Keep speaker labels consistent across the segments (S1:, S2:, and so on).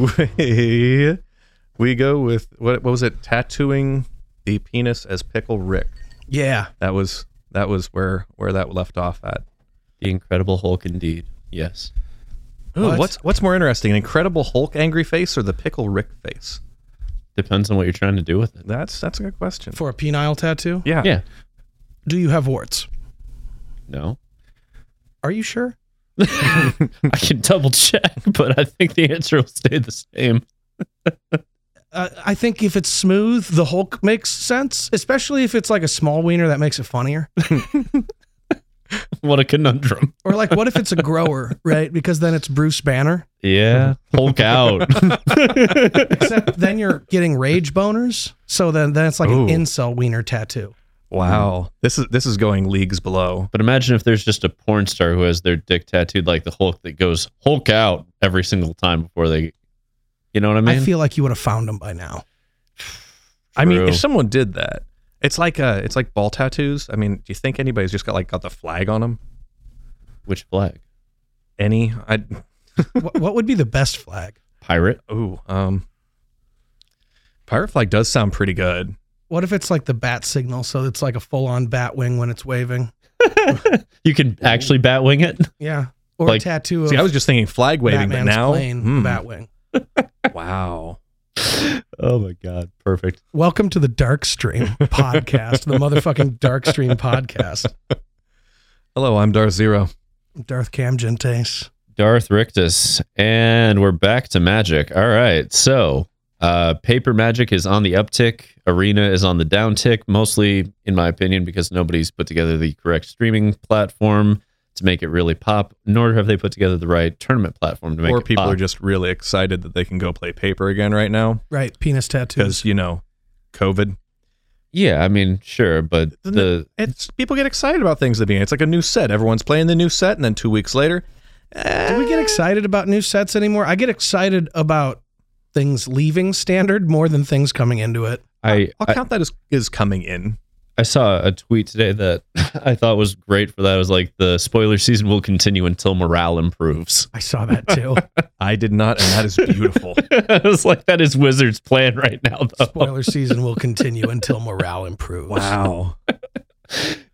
S1: we we go with what what was it? Tattooing the penis as Pickle Rick.
S2: Yeah.
S1: That was that was where where that left off at.
S3: The Incredible Hulk, indeed. Yes.
S1: Ooh,
S2: What?
S1: what's what's more interesting, an Incredible Hulk angry face or the Pickle Rick face?
S3: Depends on what you're trying to do with it.
S1: That's that's a good question.
S2: For a penile tattoo?
S1: yeah.
S3: Yeah.
S2: Do you have warts?
S3: No.
S2: Are you sure?
S3: I can double check, but I think the answer will stay the same.
S2: Uh, I think if it's smooth, the Hulk makes sense, especially if it's like a small wiener that makes it funnier.
S3: What a conundrum.
S2: Or like, what if it's a grower, right? Because then it's Bruce Banner.
S3: Yeah. Hulk out.
S2: Except then you're getting rage boners. So then, then it's like
S1: Ooh.
S2: an incel wiener tattoo.
S1: Wow. This is this is going leagues below.
S3: but imagine if there's just a porn star who has their dick tattooed like the Hulk that goes Hulk out every single time before they. You know what I mean?
S2: I feel like you would have found them by now.
S1: I mean,
S3: True.
S1: if someone did that, it's like uh it's like ball tattoos. I mean, do you think anybody's just got like got the flag on them?
S3: Which flag?
S1: Any? I
S2: what, what would be the best flag?
S3: Pirate?
S1: ooh, um Pirate flag does sound pretty good.
S2: What if it's like the bat signal? So it's like a full on bat wing when it's waving.
S3: You can actually batwing it?
S2: Yeah. Or
S3: Like-
S2: a tattoo of
S1: See, I was just thinking flag waving,
S2: Batman's
S1: but now
S2: plane,
S1: Hmm.
S2: bat wing.
S1: wow.
S3: Oh my God. Perfect.
S2: Welcome to the Dark Stream podcast, the motherfucking Dark Stream podcast.
S1: Hello, I'm Dar Zero.
S2: Darth Cam Gentes.
S3: Darth Rictus, and we're back to magic. All right, so uh, paper magic is on the uptick, arena is on the downtick, mostly, in my opinion, because nobody's put together the correct streaming platform to make it really pop, nor have they put together the right tournament platform to make
S1: Or
S3: it
S1: people
S3: pop.
S1: are just really excited that they can go play paper again right now
S2: Right, penis tattoos.
S1: because you know, COVID.
S3: yeah, I mean, sure, but
S1: Isn't
S3: the
S1: It's people get excited about things at the beginning. It's like a new set. Everyone's playing the new set, and then two weeks later, eh,
S2: Do we get excited about new sets anymore? I get excited about things leaving standard more than things coming into it.
S3: I,
S1: I'll
S3: I
S1: count that as is coming in.
S3: I saw a tweet today that I thought was great for that. It was like the spoiler season will continue until morale improves.
S2: I saw that too.
S1: I did not, and that is beautiful.
S3: I was like, that is Wizards' plan right now, though.
S2: Spoiler season will continue until morale improves.
S1: wow.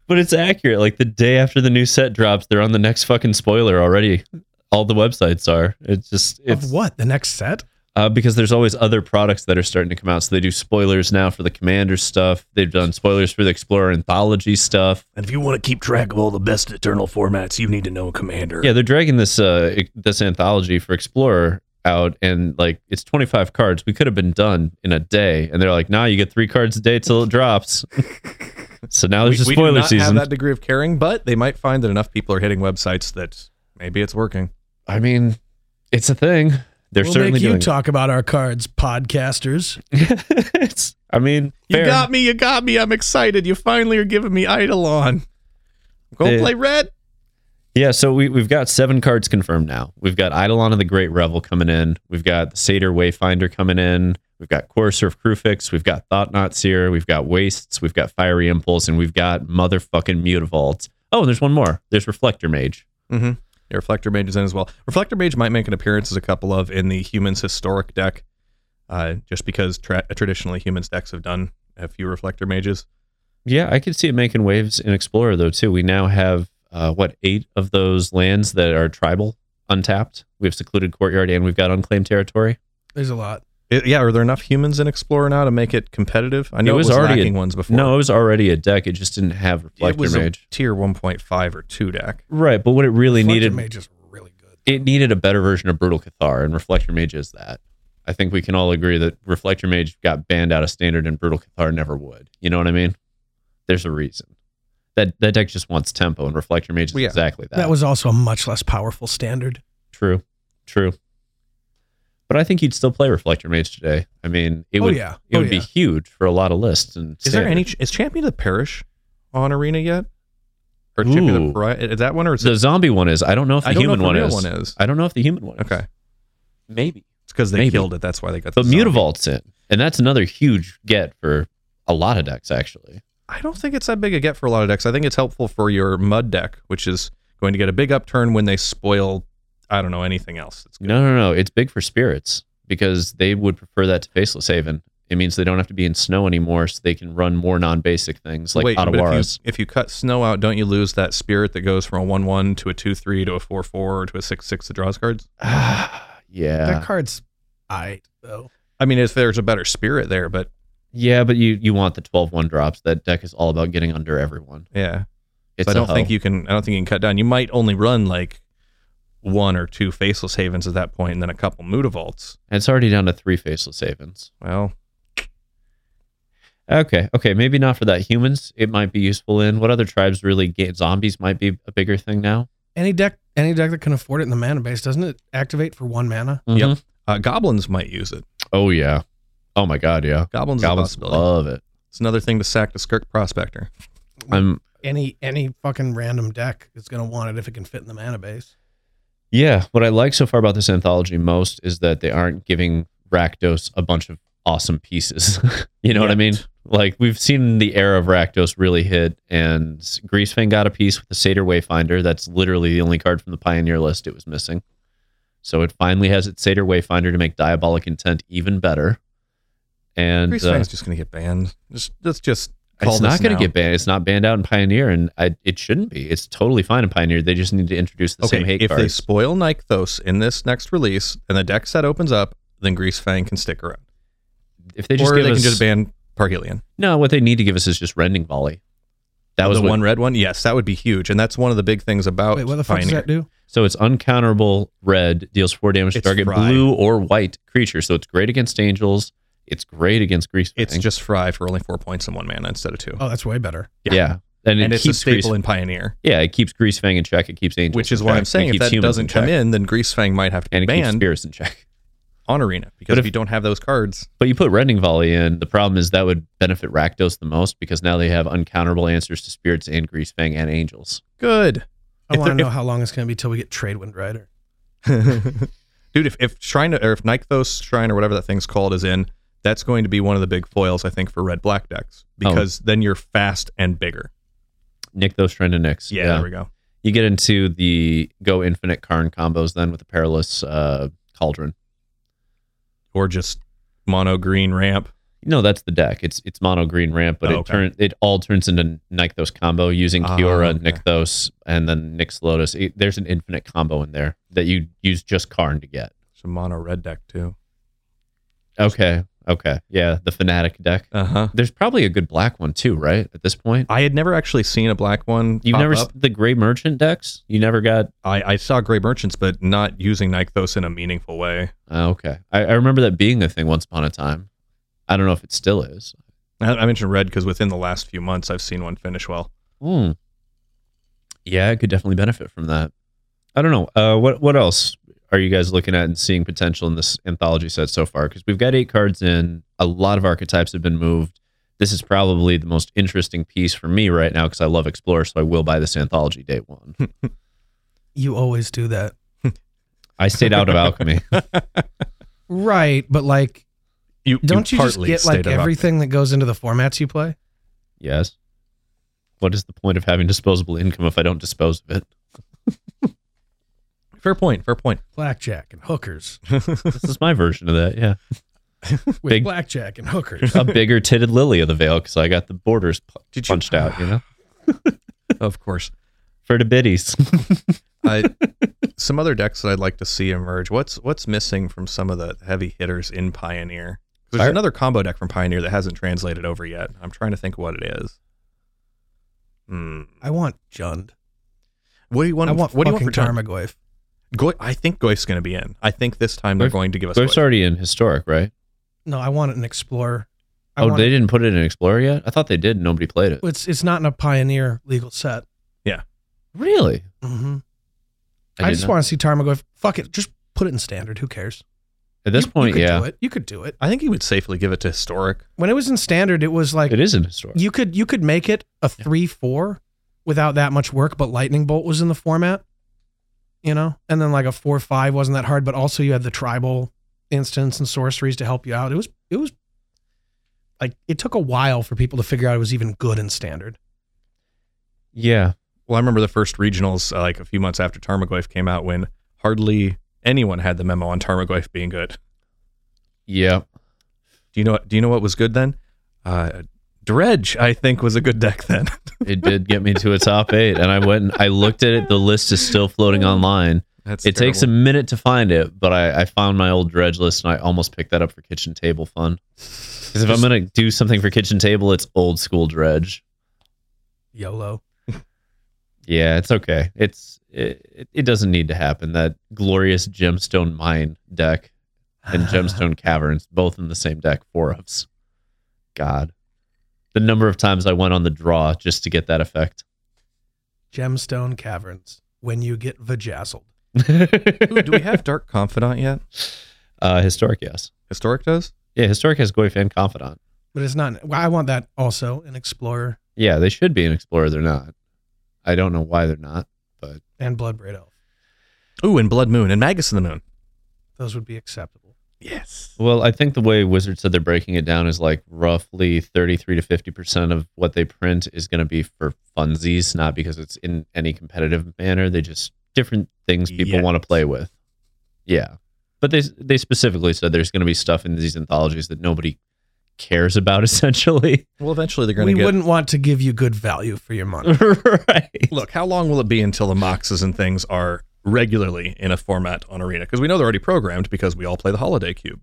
S3: But it's accurate. Like the day after the new set drops, they're on the next fucking spoiler already. All the websites are. It's just it's
S2: Of what? The next set?
S3: uh, because there's always other products that are starting to come out. So they do spoilers now for the commander stuff. They've done spoilers for the explorer anthology stuff.
S4: And if you want to keep track of all the best eternal formats, you need to know a commander.
S3: Yeah, they're dragging this uh ex- this anthology for explorer out, and like it's 25 cards. We could have been done in a day, and they're like, nah, you get three cards a day till it drops. so now
S1: We,
S3: there's
S1: we
S3: a spoiler
S1: do not
S3: season.
S1: have that degree of caring, but they might find that enough people are hitting websites that maybe it's working.
S3: I mean, it's a thing. They're
S2: we'll
S3: certainly
S2: make you
S3: doing it.
S2: talk about our cards, podcasters.
S3: it's, I mean,
S1: You
S3: fair.
S1: got me. You got me. I'm excited. You finally are giving me Eidolon. Go
S3: They-
S1: play red.
S3: yeah. So we we've got seven cards confirmed now. We've got Eidolon of the Great Revel coming in. We've got the Satyr Wayfinder coming in. We've got Courser of Krufix. We've got Thought Not Seer. We've got Wastes. We've got Fiery Impulse, and we've got motherfucking Mutavault. Oh, and there's one more. There's Reflector Mage.
S1: Mm-hmm. Yeah, Reflector Mage is in as well. Reflector Mage might make an appearance as a couple of in the Humans Historic deck, uh, just because tra- traditionally Humans decks have done a few Reflector Mages.
S3: Yeah, I could see it making waves in Explorer though too. We now have uh, what eight of those lands that are tribal untapped. We have Secluded Courtyard, and we've got Unclaimed Territory.
S2: There's a lot.
S1: It, yeah, are there enough humans in Explorer now to make it competitive? I know it
S3: was
S1: was,
S3: already a-
S1: lacking ones before.
S3: No, it was already a deck. It just didn't have
S1: it
S3: Reflector
S1: was
S3: Mage.
S1: a tier 1.5 or 2 deck.
S3: Right, but what it really
S2: Fletcher
S3: needed
S2: Mage is really good.
S3: it needed a better version of Brutal Cathar, and Reflector Mage is that. I think we can all agree that Reflector Mage got banned out of standard and Brutal Cathar never would. You know what I mean? There's a reason. That that deck just wants tempo and Reflector Mage is
S1: Well, yeah.
S3: exactly that.
S2: That was also a much less powerful standard.
S3: true. True. But I think you'd still play Reflector Mage today. I mean, it
S2: Oh,
S3: would
S2: yeah.
S3: it
S2: Oh,
S3: would be
S2: yeah.
S3: huge for a lot of lists and
S1: Is there
S3: standard.
S1: any? Is Champion of the Parish on Arena yet? Or Champion of the
S3: Ooh.
S1: Pari- Is that one or is
S3: the
S1: it?
S3: zombie one is. I don't know if the
S1: I don't know if
S3: human
S1: the
S3: one,
S1: real
S3: is.
S1: one is.
S3: I don't know if the human one is.
S1: Okay.
S3: Maybe.
S1: It's because they
S3: Maybe.
S1: killed it. That's why they got the
S3: But
S1: zombie.
S3: Mutavault's in, and that's another huge get for a lot of decks, actually.
S1: I don't think it's that big a get for a lot of decks. I think it's helpful for your mud deck, which is going to get a big upturn when they spoil. I don't know anything else. It's good.
S3: No, no, no, it's big for spirits. because they would prefer that to Faceless Haven. It means they don't have to be in snow anymore, so they can run more non-basic things like
S1: Wait, but
S3: Ottawaras.
S1: If you, if you cut snow out, don't you lose that spirit that goes from a one-one to a two-three to a four-four or to a six-six that draws cards?
S3: yeah,
S2: That card's I though.
S1: I mean, if there's a better spirit there, but
S3: yeah, but you you want the 12-1 drops. That deck is all about getting under everyone.
S1: yeah,
S3: It's
S1: so I
S3: a
S1: don't think
S3: hoe.
S1: you can. I don't think you can cut down. You might only run like one or two faceless havens at that point, and then a couple mutavaults.
S3: And It's already down to three Faceless Havens.
S1: Well,
S3: Okay, okay, maybe not for that. Humans, it might be useful in. What other tribes really? Ga- zombies might be a bigger thing now.
S2: Any deck any deck that can afford it in the mana base, doesn't it activate for one mana?
S1: Yep. uh, goblins might use it.
S3: Oh yeah. Oh my god, yeah.
S1: Goblins, goblins
S3: Goblins
S1: is a possibility.
S3: love it.
S1: it's another thing to sack to Skirk Prospector.
S3: I'm
S2: Any any fucking random deck is gonna want it if it can fit in the mana base.
S3: yeah. What I like so far about this anthology most is that they aren't giving Rakdos a bunch of awesome pieces. you know what I mean? Like we've seen the era of Rakdos really hit, and Greasefang got a piece with the Satyr Wayfinder. That's literally the only card from the Pioneer list it was missing. So it finally has its Satyr Wayfinder to make Diabolic Intent even better. And
S1: Grease
S3: uh,
S1: Fang's just gonna get banned. Just let's just. Call
S3: it's
S1: this
S3: not going
S1: now.
S3: to get banned. It's not banned out in Pioneer, and I, it shouldn't be. It's totally fine in Pioneer. They just need to introduce the
S1: okay,
S3: same hate
S1: if they
S3: cards.
S1: spoil Nykthos in this next release and the deck set opens up, then Grease Fang can stick around.
S3: if they just
S1: or
S3: give
S1: they
S3: us,
S1: can just ban Parhelion.
S3: no, what they need to give us is just Rending Volley. That was
S1: Oh, the
S3: what,
S1: one red one. Yes, that would be huge, and that's one of the big things about
S2: Wait, what the fuck does
S1: Oh, Pioneer.
S2: that do?
S3: So it's uncounterable red, deals four damage to
S1: It's
S3: target
S1: Fry.
S3: blue or white creature. So it's great against angels. It's great against Grease.
S1: It's
S3: Fang.
S1: just Fry for only four points and one mana instead of two,
S2: Oh, that's way better.
S3: yeah. And, it
S1: and it's a
S3: keeps Grease-
S1: staple in Pioneer,
S3: yeah, it keeps Grease Fang in check. It keeps angels,
S1: which is
S3: in
S1: why
S3: check,
S1: I'm saying
S3: it
S1: if
S3: keeps
S1: that
S3: humans
S1: doesn't come
S3: check,
S1: in, then Grease Fang might have to
S3: and
S1: be
S3: it keeps
S1: banned
S3: spirits in check.
S1: on Arena because
S3: But
S1: if,
S3: if-
S1: you don't have those cards,
S3: But you put Rending Volley in, the problem is that would benefit Rakdos the most because now they have uncounterable answers to Spirits and Grease Fang and Angels.
S1: good,
S2: I
S1: If
S2: want to
S1: there-
S2: know how long it's gonna be till we get Tradewind Rider.
S1: dude. If if Shrine or if Nykthos Shrine or whatever that thing's called is in, that's going to be one of the big foils I think for red black decks because then you're fast and bigger.
S3: Nick those trying to nix.
S1: Yeah, there we go.
S3: You get into the go infinite Karn combos then with the Perilous uh, Cauldron.
S1: Or just mono green ramp.
S3: No, that's the deck. It's it's mono green ramp, but
S1: Oh,
S3: it
S1: okay.
S3: turn it all turns into Nykthos combo using
S1: Ah,
S3: Kiora,
S1: okay.
S3: Nykthos, and then Nyx Lotus. It- there's an infinite combo in there that you use just Karn to get.
S1: Some mono red deck too.
S3: Okay. Okay. Yeah. The Fanatic deck.
S1: Uh huh.
S3: There's probably a good black one too, right? At this point.
S1: I had never actually seen a black one.
S3: You've
S1: pop
S3: never
S1: Up.
S3: s- the Gray Merchant decks. You never got.
S1: I, I saw Grey Merchants, but not using Nykthos in a meaningful way.
S3: Oh, okay, I, I remember that being a thing once upon a time. I don't know if it still is.
S1: I, I mentioned red because within the last few months, I've seen one finish well.
S3: Hmm. Yeah, it could definitely benefit from that. I don't know. Uh, what what else are you guys looking at and seeing potential in this anthology set so far? Because we've got eight cards in. A lot of archetypes have been moved. This is probably the most interesting piece for me right now because I love Explorer, so I will buy this anthology day one.
S2: You always do that.
S3: I stayed out of Alchemy.
S2: Right, but like
S1: You
S2: don't you just
S1: partly
S2: get
S1: stayed
S2: like
S1: up.
S2: everything that goes into the formats you play?
S3: Yes. What is the point of having disposable income if I don't dispose of it?
S1: Fair point. Fair point.
S2: Blackjack and hookers.
S3: This is my version of that. Yeah.
S2: With
S3: Big-
S2: blackjack and hookers.
S3: A bigger titted lily of the veil because I got the borders pu-
S1: Did you-
S3: punched out, you know,
S1: Of course.
S3: for the biddies.
S1: I, some other decks that I'd like to see emerge. What's what's missing from some of the heavy hitters in Pioneer? 'Cause There's
S3: Fire-
S1: another combo deck from Pioneer that hasn't translated over yet. I'm trying to think what it is. Hmm.
S2: I want Jund.
S1: What do you want?
S2: I want
S1: what do you want for
S2: fucking
S1: time?
S2: Tarmogoyf.
S1: Goi- I think Goif's going to be in. I think this time they're
S3: Goif-
S1: going to give us.
S3: They're
S1: Goif.
S3: already in historic, right?
S2: No, I want an explorer. I
S3: oh,
S2: want
S3: they didn't put it in Explorer yet? I thought they did. and Nobody played it.
S2: it's it's not in a pioneer legal set.
S3: Really?
S2: hmm
S3: did
S2: I, just
S3: not-
S2: want to see Tarmogoyf. Fuck it, just put it in standard. Who cares?
S3: At this
S2: You- you
S3: point,
S2: could
S3: yeah.
S2: do it. you could do it.
S1: I think he would safely give it to historic.
S2: When it was in standard, it was like
S3: It is in historic.
S2: you could you could make it a three four without that much work, but lightning bolt was in the format, you know, and then like a four five wasn't that hard, but also you had the tribal instance and sorceries to help you out. It was it was like it took a while for people to figure out it was even good in standard.
S3: yeah.
S1: Well, I remember the first regionals, uh, like a few months after Tarmogoyf came out, when hardly anyone had the memo on Tarmogoyf being good.
S3: Yeah.
S1: Do you know? Do you know what was good then? Uh, Dredge, I think, was a good deck then.
S3: It did get me to a top eight. And I went and I looked at it. The list is still floating online.
S1: That's
S3: it takes a
S1: terrible.
S3: minute to find it, but I, I found my old dredge list and I almost picked that up for kitchen table fun. Because if I'm gonna do something for kitchen table, it's old school dredge.
S2: YOLO.
S3: Yeah, it's okay. It's it, it doesn't need to happen. That glorious gemstone mine deck and gemstone caverns, both in the same deck, four ofs. God, the number of times I went on the draw just to get that effect.
S2: Gemstone Caverns. When you get vajazzled.
S1: Ooh, do we have Dark Confidant yet?
S3: uh, historic, yes.
S1: Historic does.
S3: Yeah, historic has Goy fan confidant.
S2: But it's not. well, I want that also in Explorer
S3: Yeah, they should be an explorer. They're not. I don't know why they're not.
S2: and Bloodbraid Elf.
S1: Ooh, and Blood Moon and Magus of the Moon.
S2: Those would be acceptable.
S1: Yes.
S3: Well, I think the way Wizards said they're breaking it down is like roughly 33 to 50% of what they print is going to be for funsies, not because it's in any competitive manner. They just different things people
S1: Yeah.
S3: want to play with. Yeah. But they they specifically said there's going to be stuff in these anthologies that nobody cares about essentially.
S1: Well, eventually they're going
S2: We
S1: to get.
S2: wouldn't want to give you good value for your
S3: Mm.
S2: money.
S3: right.
S1: Look, how long will it be until the Moxes and things are regularly in a format on Arena? Because we know they're already programmed because we all play the Holiday Cube.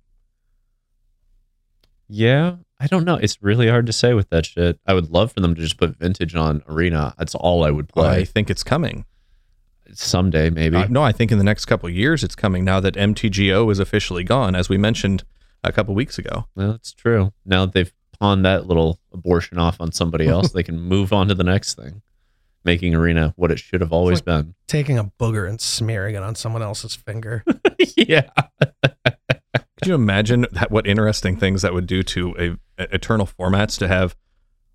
S3: Yeah, I don't know. It's really hard to say with that shit. I would love for them to just put vintage on Arena. That's all I
S1: I
S3: would play.
S1: think it's coming.
S3: Someday maybe.
S1: Uh, no, I think in the next couple of years it's coming now that MTGO is officially gone, as we mentioned a couple weeks ago.
S3: Well, that's true. Now that they've pawned that little abortion off on somebody else, they can move on to the next thing, making Arena what it should have always been.
S2: Taking a booger and smearing it on someone else's finger.
S3: yeah.
S1: Could you imagine that, what interesting things that would do to a, a- Eternal formats to have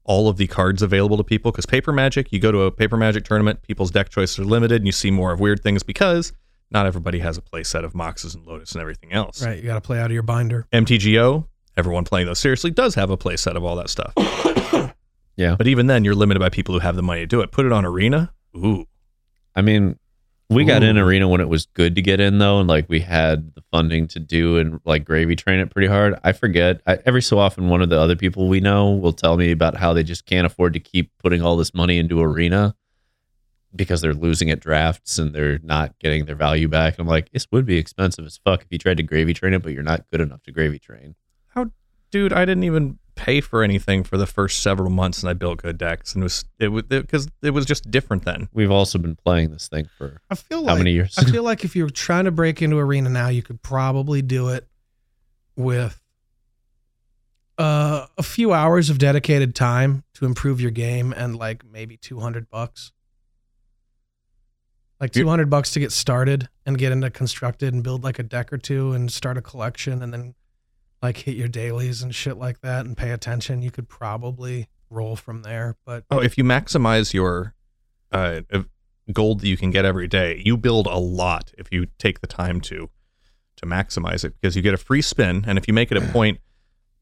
S1: all of the cards available to people? Because Paper Magic, you go to a Paper Magic tournament, people's deck choices are limited, and you see more of weird things because not everybody has a play set of Moxes and Lotus and everything else.
S2: Right. You got to play out of your binder.
S1: MTGO, everyone playing those seriously does have a play set of all that stuff.
S3: Yeah.
S1: But even then, you're limited by people who have the money to do it. Put it on Arena. Ooh.
S3: I mean, we got in
S1: Ooh.
S3: Arena when it was good to get in, though, and like we had the funding to do and like gravy train it pretty hard. I forget. I, every so often, one of the other people we know will tell me about how they just can't afford to keep putting all this money into Arena because they're losing at drafts and they're not getting their value back. And I'm like, this would be expensive as fuck if you tried to gravy train it, but you're not good enough to gravy train.
S1: dude, I didn't even pay for anything for the first several months, and I built good decks, and it was it was because it, was just different then.
S3: We've also been playing this thing for
S2: I feel like
S3: how many years?
S2: I feel like if you're trying to break into arena now, you could probably do it with uh, a few hours of dedicated time to improve your game and like maybe 200 bucks. Like
S1: You-
S2: 200 bucks to get started and get into constructed and build like a deck or two and start a collection and then like hit your dailies and shit like that and pay attention. You could probably roll from there, but
S1: Oh, if you maximize your uh, ev- gold that you can get every day, you build a lot if you take the time to to maximize it because you get a free spin, and if you make it a point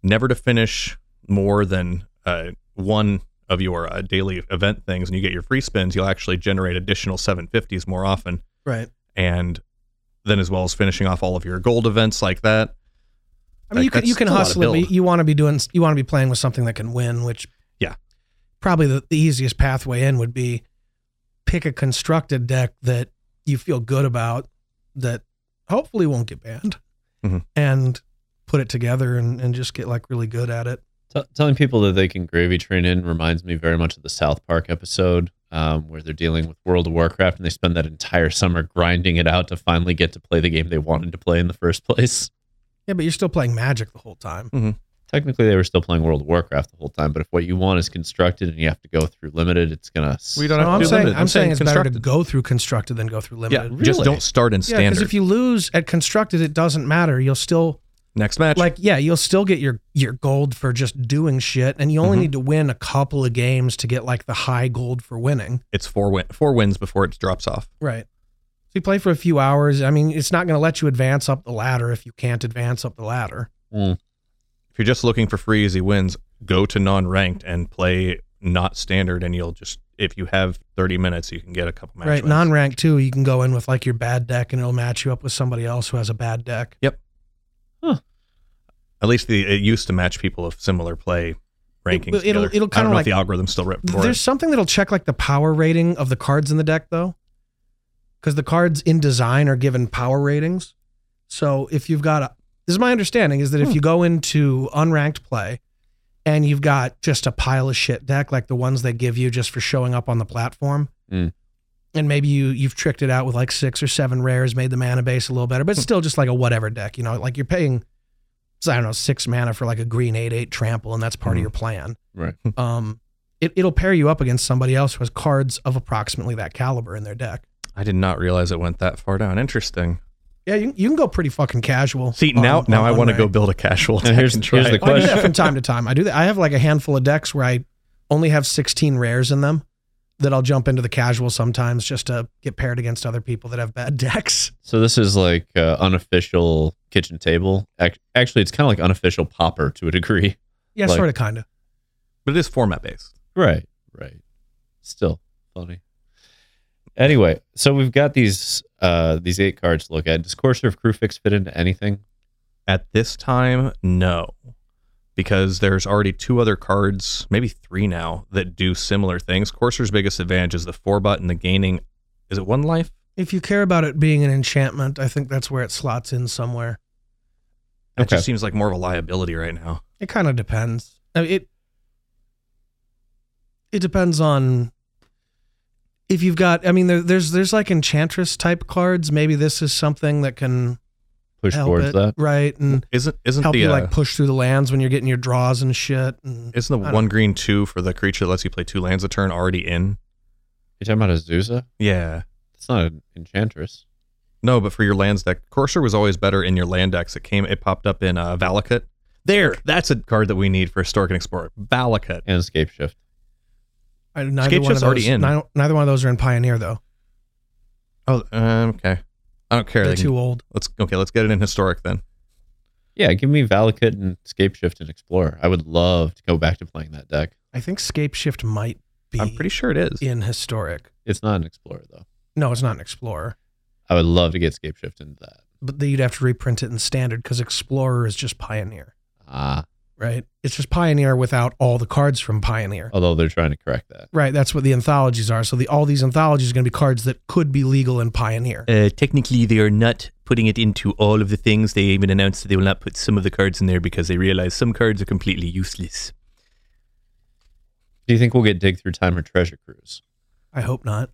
S1: never to finish more than uh, one of your uh, daily event things, and you get your free spins, you'll actually generate additional 750s more often.
S2: right.
S1: and then as well as finishing off all of your gold events like that.
S2: I
S1: Like,
S2: mean, you can you
S1: that's-
S2: can
S1: that's a lot of
S2: hustle it,
S1: build.
S2: but you want to be doing you want to be playing with something that can win, which
S1: Yeah.
S2: probably the, the easiest pathway in would be pick a constructed deck that you feel good about that hopefully won't get banned,
S1: Mhm.
S2: and put it together and, and just get like really good at it.
S3: T- telling people that they can gravy train in reminds me very much of the South Park episode um, where they're dealing with World of Warcraft and they spend that entire summer grinding it out to finally get to play the game they wanted to play in the first place.
S2: Yeah, but you're still playing Magic the whole time.
S3: Technically, they were still playing World of Warcraft the whole time, but if what you want is constructed and you have to go through limited, it's gonna.
S1: We don't
S2: No,
S1: have
S2: I'm
S1: to do
S2: saying
S1: limited.
S2: I'm, saying, it's better to
S1: constructed.
S2: go through constructed than go through
S1: Yeah,
S2: limited.
S1: just
S3: Really?
S1: don't start in
S2: Uh, Yeah, because
S1: standard.
S2: if you lose at constructed, it doesn't matter. You'll still
S1: Next match,
S2: like yeah you'll still get your your gold for just doing shit and you only
S1: Mhm.
S2: need to win a couple of games to get like the high gold for winning
S1: it's four win- four wins before it drops off.
S2: right so you play for a few hours i mean it's not going to let you advance up the ladder if you can't advance up the ladder
S3: Mm.
S1: If you're just looking for free easy wins, go to non-ranked and play not standard, and you'll just if you have 30 minutes, you can get a couple match
S2: right
S1: wins.
S2: non-ranked too you can go in with like your bad deck and it'll match you up with somebody else who has a bad deck
S1: At least the, it used to match people of similar play rankings.
S2: it'll-
S1: together.
S2: it'll
S1: I
S2: kinda
S1: don't know
S2: like-
S1: if the algorithm's still ripped for
S2: There's
S1: it.
S2: something that'll check like the power rating of the cards in the deck though. Cuz the cards in design are given power ratings. So if you've got a This is my understanding is that
S1: Hmm.
S2: if you go into unranked play and you've got just a pile of shit deck like the ones they give you just for showing up on the platform.
S3: Mm.
S2: And maybe you you've tricked it out with like six or seven rares, made the mana base a little better, but
S1: Hmm.
S2: it's still just like a whatever deck, you know, like you're paying I don't know, six mana for like a green eight eight trample, and that's part
S1: Mhm.
S2: of your plan
S3: Right.
S2: um, it, it'll pair you up against somebody else who has cards of approximately that caliber in their deck.
S1: I did not realize it went that far down. Interesting.
S2: Yeah, you, you can go pretty fucking casual.
S1: See,
S2: on-
S1: now now
S2: on
S1: I
S2: one
S1: want to
S2: rate.
S1: go build a casual
S3: Now
S1: deck
S3: here's-
S1: and try
S3: here's the
S1: it.
S2: Well, I do that
S3: Question.
S2: from time to time. I do that. I have like a handful of decks where I only have 16 rares in them that I'll jump into the casual sometimes just to get paired against other people that have bad decks.
S3: So this is like uh, unofficial kitchen table. Ac- Actually, it's kind of like unofficial popper to a degree.
S2: Yeah,
S3: Like-
S2: sort of, kind of.
S1: But it is format based.
S3: Right. Right. Still funny. Anyway, so we've got these uh these eight cards to look at. Does Courser of Crewfix fit into anything?
S1: At this time, no. Because there's already two other cards, maybe three now, that do similar things. Courser's biggest advantage is the four button, the gaining is it one life?
S2: If you care about it being an enchantment, I think that's where it slots in somewhere.
S1: It
S3: Okay.
S1: just seems like more of a liability right now.
S2: It kind of depends. I mean, it it depends on if you've got. I mean, there, there's there's like enchantress type cards. Maybe this is something that can
S3: Push
S2: help
S3: towards
S2: it,
S3: that.
S2: right? And
S1: Isn't isn't
S2: help
S1: the
S2: you
S1: uh,
S2: like push through the lands when you're getting your draws and shit. And
S1: isn't
S2: I
S1: the
S2: don't-
S1: one green two for the creature that lets you play two lands a turn already in?
S3: You talking about Azusa?
S1: Yeah.
S3: That's not an enchantress.
S1: No, but for your lands deck, Courser was always better in your land decks. It came, it popped up in uh, Valakut. There, that's a card that we need for Historic and Explorer. Valakut.
S3: And Escape Shift.
S2: I, neither one of
S1: Scapegoat's
S2: those.
S1: already in.
S2: Neither, neither one of those are in Pioneer though.
S1: Oh, um, okay. I don't care.
S2: They're
S1: They can-
S2: too old.
S1: let's okay. Let's get it in Historic then.
S3: Yeah, give me Valakut and Escape Shift and Explorer. I would love to go back to playing that deck.
S2: I think Scape Shift might be.
S1: I'm pretty sure it is.
S2: in historic.
S3: It's not an Explorer though.
S2: No, it's not an Explorer.
S3: I would love to get Escape Shift into that.
S2: But then you'd have to reprint it in standard because Explorer is just Pioneer.
S3: Ah,
S2: right? It's just Pioneer without all the cards from Pioneer.
S3: although they're trying to correct that.
S2: Right, that's what the anthologies are. So the all these anthologies are going to be cards that could be legal in Pioneer.
S1: Uh, technically, they are not putting it into all of the things. They even announced that they will not put some of the cards in there because they realize some cards are completely useless.
S3: Do you think we'll get Dig Through Time or Treasure Cruise?
S2: I hope not.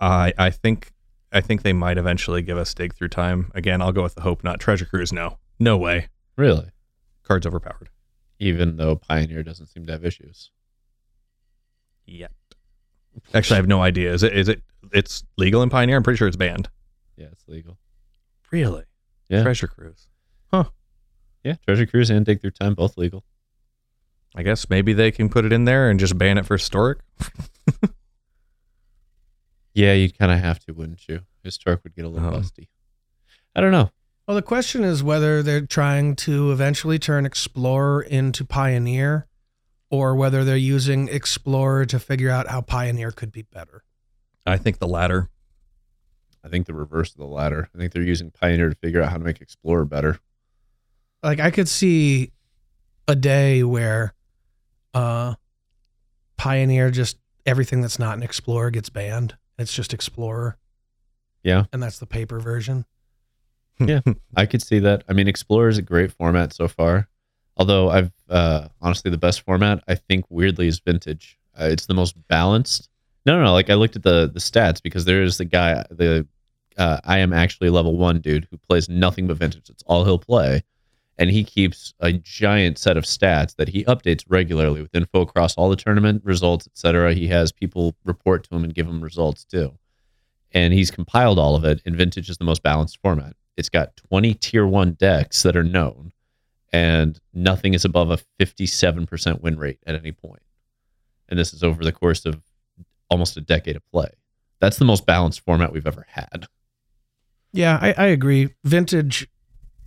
S1: I I think I think they might eventually give us dig through time again. I'll go with the hope not. Treasure cruise, no, no way.
S3: Really?
S1: Cards overpowered.
S3: Even though Pioneer doesn't seem to have issues.
S1: Yeah. Actually, I have no idea. Is it is it it's legal in Pioneer? I'm pretty sure it's banned.
S3: Yeah, it's legal.
S1: Really?
S3: Yeah.
S1: Treasure cruise.
S3: yeah, Treasure Cruise and Dig Through Time both legal.
S1: I guess maybe they can put it in there and just ban it for historic.
S3: Yeah, you'd kind of have to, wouldn't you? Historic would get a little
S1: Um,
S3: busty. I don't know.
S2: Well, the question is whether they're trying to eventually turn Explorer into Pioneer or whether they're using Explorer to figure out how Pioneer could be better.
S1: I think the latter.
S3: I think the reverse of the latter. I think they're using Pioneer to figure out how to make Explorer better.
S2: Like I could see a day where uh Pioneer just everything that's not an Explorer gets banned. It's just Explorer.
S3: Yeah.
S2: And that's the paper version.
S3: I could see that. I mean, Explorer is a great format so far. Although I've uh, honestly the best format I think weirdly is Vintage. Uh, it's the most balanced. No, no, no. Like I looked at the the stats because there is the guy the uh, I am actually level one dude who plays nothing but Vintage. It's all he'll play, and he keeps a giant set of stats that he updates regularly with info across all the tournament results, etc. He has people report to him and give him results too and he's compiled all of it and vintage is the most balanced format it's got 20 tier 1 decks that are known and nothing is above a 57% win rate at any point point. and this is over the course of almost a decade of play that's the most balanced format we've ever had
S2: Yeah, I, I agree. Vintage,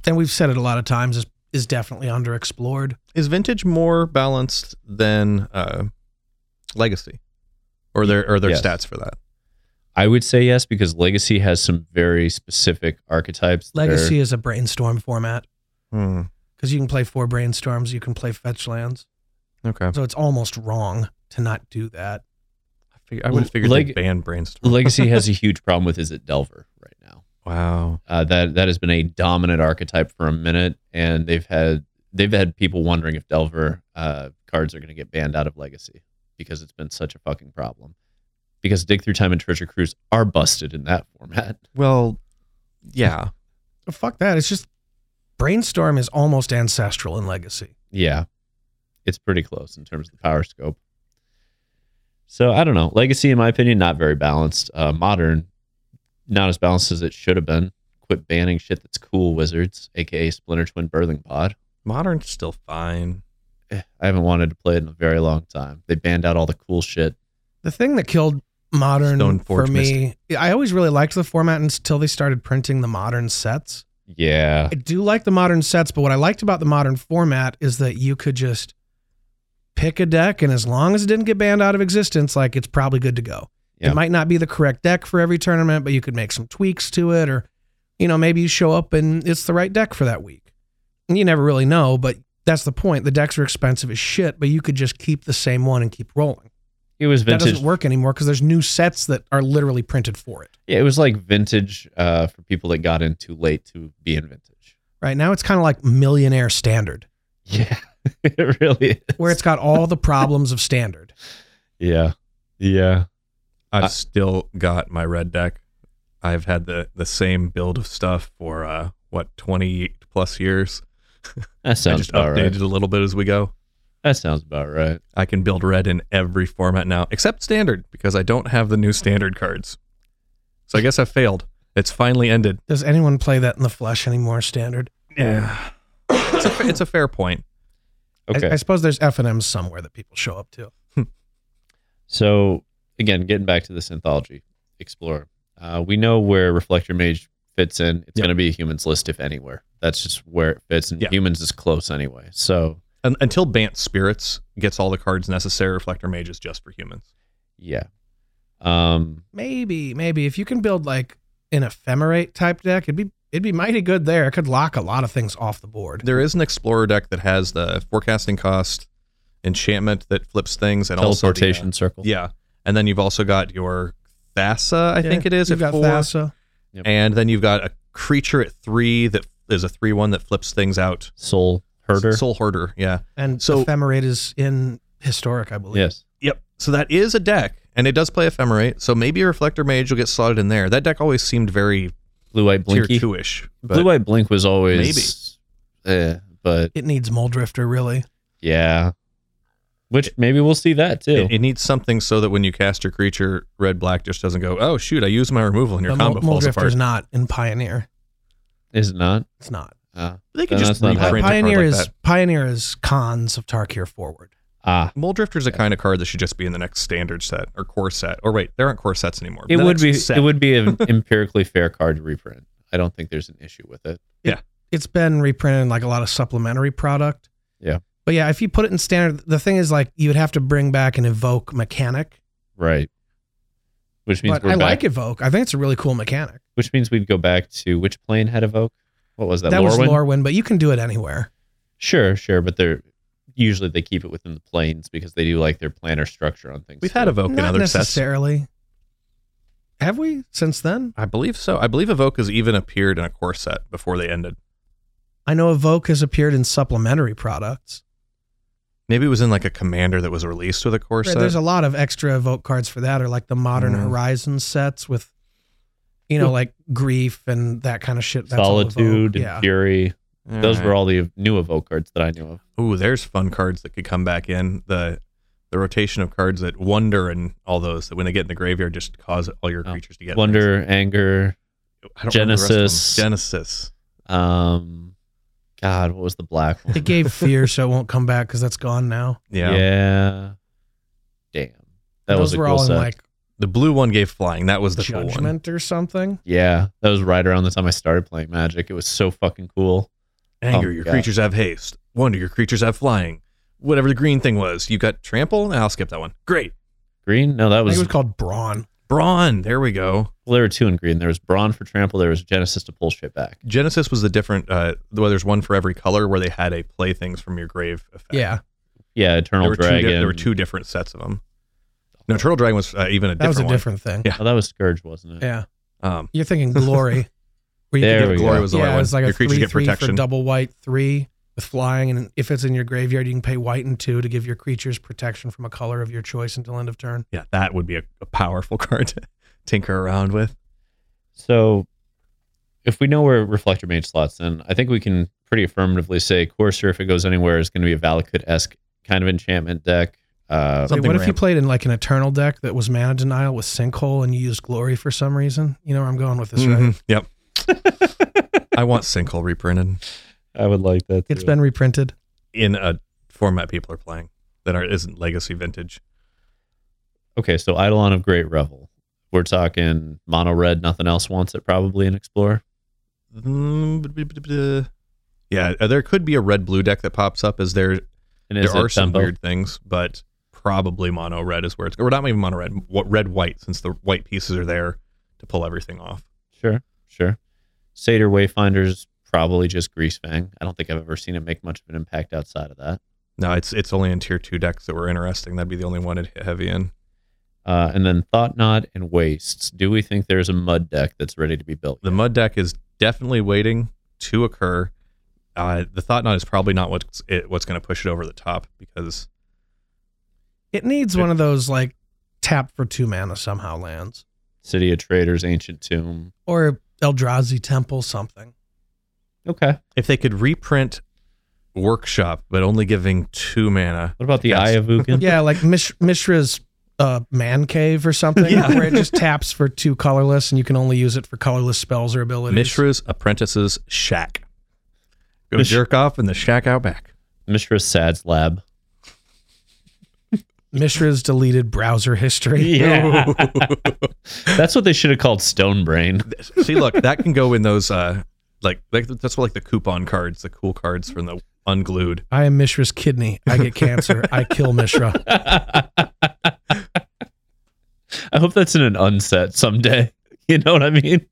S2: and we've said it a lot of times, is is definitely underexplored.
S1: Is vintage more balanced than uh, legacy, or there are there
S3: Yes.
S1: stats for that?
S3: i would say yes because legacy has some very specific archetypes that are-
S2: Legacy is a brainstorm format.
S1: Hmm.
S2: because you can play four brainstorms, you can play fetch lands.
S1: Okay.
S2: So it's almost wrong to not do that.
S1: I, fig- I would have figured
S3: Leg-
S1: they'd ban brainstorm.
S3: Legacy has a huge problem with is it Delver right now.
S1: Wow.
S3: Uh, that that has been a dominant archetype for a minute, and they've had they've had people wondering if Delver uh, cards are going to get banned out of Legacy because it's been such a fucking problem. Because Dig Through Time and Treasure Cruise are busted in that format.
S1: Well, yeah.
S2: Oh, fuck that. It's just brainstorm is almost ancestral in legacy.
S3: Yeah, it's pretty close in terms of the power scope. So I don't know. Legacy, in my opinion, not very balanced. Uh, modern, not as balanced as it should have been. Quit banning shit that's cool, wizards, aka Splinter Twin Birthing Pod.
S1: Modern's still fine.
S3: eh, I haven't wanted to play it in a very long time. They banned out all the cool shit.
S2: The thing that killed modern
S1: Stoneforge
S2: for me, I always really liked the format until they started printing the modern sets.
S3: Yeah.
S2: I do like the modern sets, but what I liked about the modern format is that you could just pick a deck, and as long as it didn't get banned out of existence, like it's probably good to go.
S3: Yeah.
S2: It might not be the correct deck for every tournament, but you could make some tweaks to it, or you know maybe you show up and it's the right deck for that week. And you never really know, but that's the point. The decks are expensive as shit, but you could just keep the same one and keep rolling.
S3: It was
S2: That
S3: vintage.
S2: doesn't work anymore because there's new sets that are literally printed for it.
S3: Yeah, it was like vintage uh, for people that got in too late to be in vintage.
S2: Right now, it's kind of like millionaire standard,
S3: Yeah. it really is.
S2: where it's got all the problems of standard.
S3: Yeah. Yeah.
S1: I've
S3: I-
S1: still got my red deck. I've had the the same build of stuff for uh what 20 plus years.
S3: That
S1: I
S3: sounds
S1: just
S3: about
S1: updated
S3: right.
S1: it a little bit as we go.
S3: That sounds about right.
S1: I can build red in every format now except standard because I don't have the new standard cards. So I guess I failed. It's finally ended.
S2: Does anyone play that in the flesh anymore? Standard.
S1: Yeah. it's, a, fa- it's a fair point.
S2: I-
S3: Okay.
S2: I, suppose there's F and M's somewhere that people show up to.
S3: So again, getting back to the Synthology Explorer, uh, we know where Reflector Mage fits in. It's
S1: Yeah.
S3: going to be a humans list if anywhere. That's just where it fits, and
S1: Yeah.
S3: humans is close anyway. So
S1: Un until Bant Spirits gets all the cards necessary, Reflector Mage is just for humans.
S3: yeah. Um,
S2: Maybe, maybe if you can build like an ephemerate type deck, it'd be it'd be mighty good there. It could lock a lot of things off the board.
S1: There is an Explorer deck that has the forecasting cost, enchantment that flips things, and also the, uh,
S3: teleportation circle.
S1: Yeah. And then you've also got your Thassa, I think it is,
S2: You've
S1: at
S2: got
S1: four.
S2: Thassa.
S1: And then you've got a creature at three that is a three one that flips things out.
S3: Soul herder.
S1: Soul Herder, yeah.
S2: and
S1: So-
S2: ephemerate is in historic, I believe.
S3: Yes.
S1: Yep. So that is a deck, and it does play Ephemerate. So maybe Reflector Mage will get slotted in there. That deck always seemed very
S3: Blue Eye Blinky.
S1: tier two ish.
S3: Blue Eye Blink was always maybe, eh, but
S2: It needs Mole Drifter really.
S3: yeah. Which maybe we'll see that too.
S1: It, it needs something so that when you cast your creature, red black just doesn't go. Oh shoot! I used my removal and your
S2: But
S1: combo
S2: Mole, Mole
S1: falls
S2: Drifter
S1: apart.
S2: is not in Pioneer.
S3: Is it not?
S2: It's not.
S3: Uh,
S1: they could
S3: No,
S1: just
S3: that's not
S1: reprint a
S3: happening.
S1: card
S2: Pioneer
S1: like
S2: is
S1: that.
S2: Pioneer is cons of Tarkir forward.
S3: ah,
S1: Mole Drifter's a kind of card that should just be in the next standard set or core set. Or wait, there aren't core sets anymore.
S3: it
S1: The
S3: would
S1: next
S3: be
S1: set.
S3: it would be an empirically fair card to reprint. I don't think there's an issue with it.
S2: it's been reprinted in like a lot of supplementary product.
S3: Yeah.
S2: But yeah, if you put it in standard, the thing is like you would have to bring back an evoke mechanic.
S3: Right. Which means
S2: But
S3: we're
S2: I
S3: back,
S2: like evoke. I think it's a really cool mechanic.
S3: which means we'd go back to which plane had evoke? What was that?
S2: That, was
S3: Lorwyn?
S2: Lorwyn, but you can do it anywhere.
S3: Sure, sure, but they're usually they keep it within the planes because they do like their planar structure on things.
S1: We've had
S3: too.
S1: Evoke in
S2: Not
S1: other sets.
S2: necessarily. Have we since then?
S1: I believe so. I believe Evoke has even appeared in a core set before they ended.
S2: I know evoke has appeared in supplementary products.
S1: Maybe it was in like a commander that was released with a core
S2: Right,
S1: set.
S2: there's a lot of extra evoke cards for that, or like the modern
S1: Mm.
S2: Horizon sets with, you know, like grief and that kind of shit. That's all evoke.
S3: Solitude and
S2: Yeah.
S3: Fury.
S1: All
S3: Those
S1: right.
S3: were all the new Evoke cards that I knew of.
S1: Ooh, there's fun cards that could come back in the the rotation of cards that wonder and all those that when they get in the graveyard just cause all your
S3: Oh,
S1: creatures to get
S3: Wonder, Anger,
S1: I don't remember the rest of them.
S3: Genesis.
S1: Genesis.
S3: um, God, what was the black one?
S2: It gave fear, so it won't come back because that's gone now.
S1: Yeah.
S3: Yeah. Damn. That
S2: Those
S3: was a
S2: were
S3: cool
S2: all
S3: set.
S2: in like
S1: the blue one gave flying. That was the cool one.
S2: judgment or something.
S3: yeah, that was right around the time I started playing Magic. It was so fucking cool.
S1: Anger,
S3: Oh,
S1: your
S3: yeah.
S1: creatures have haste. Wonder, your creatures have flying. Whatever the green thing was, you got trample. Nah, I'll skip that one. Great.
S3: Green? No, that
S2: I think
S3: was
S2: it was called Brawn.
S1: Brawn. There we go.
S3: Well, there were two in green. There was Brawn for Trample. There was Genesis to pull shit back.
S1: Genesis was the different. Uh, well, there's one for every color where they had a play things from your grave effect.
S2: Yeah,
S3: Yeah, Eternal
S1: there were, two di-
S3: Dragon.
S1: there were two different sets of them. No, Turtle Dragon was uh, even a
S2: that
S1: different
S2: was a
S1: one.
S2: different thing.
S1: Yeah.
S3: Oh, that was Scourge, wasn't it?
S2: Yeah,
S1: Um,
S2: you're thinking glory. where you could
S3: There
S2: get
S3: we
S1: Glory
S3: go.
S1: was the
S2: yeah,
S1: right one.
S2: it's like
S1: your
S2: a three,
S1: creatures get
S2: three
S1: protection.
S2: for double white three with flying, and if it's in your graveyard, you can pay white and two to give your creatures protection from a color of your choice until end of turn.
S1: yeah, that would be a, a powerful card to tinker around with.
S3: So, if we know where Reflector Mage slots in, I think we can pretty affirmatively say Courser, if it goes anywhere, is going to be a Valakut esque kind of enchantment deck. Uh,
S1: Something
S2: Wait, what if you
S1: ramp-
S2: played in like an eternal deck that was mana denial with sinkhole, and you used glory for some reason? You know where I'm going with this, right?
S1: Mhm, Yep. I want Sinkhole reprinted
S3: I would like that.
S2: It's been reprinted.
S1: in a format people are playing that are, isn't Legacy Vintage.
S3: okay. So, Eidolon of Great Revel. We're talking mono red, nothing else wants it probably in Explore.
S1: Mm, Yeah, uh, there could be a red blue deck that pops up. As there
S3: And
S1: there
S3: is
S1: are
S3: it
S1: some
S3: Tempo?
S1: weird things, but probably mono red is where it's. Or not even mono red. What red white? Since the white pieces are there to pull everything off.
S3: Sure, sure. Seder Wayfinder's probably just Grease Fang. I don't think I've ever seen it make much of an impact outside of that.
S1: No, it's it's only in tier two decks that were interesting. That'd be the only one it hit heavy in.
S3: Uh, and then Thought Knot and Wastes. Do we think there's a mud deck that's ready to be built?
S1: The mud deck is definitely waiting to occur. Uh, the thought knot is probably not what's it, what's going to push it over the top because
S2: It needs
S1: Yeah.
S2: one of those like tap for two mana somehow lands
S3: City of Traders, Ancient Tomb.
S2: or Eldrazi Temple something.
S3: Okay.
S1: if they could reprint workshop but only giving two mana,
S3: What about the
S1: Yes.
S3: Eye of Ugin?
S2: Yeah, like Mish- Mishra's uh, man cave or something,
S1: Yeah.
S2: where it just taps for two colorless, and you can only use it for colorless spells or abilities.
S1: Mishra's apprentices shack. Go
S3: Mish-
S1: jerk off in the shack out back.
S3: Mishra Sad's Lab.
S2: Mishra's deleted browser history.
S3: Yeah. that's what they should have called Stone Brain.
S1: See, look, that can go in those uh like like that's what like the coupon cards, the cool cards from the unglued.
S2: I am Mishra's kidney. I get cancer. I kill Mishra.
S3: I hope that's in an unset someday. You know what I mean?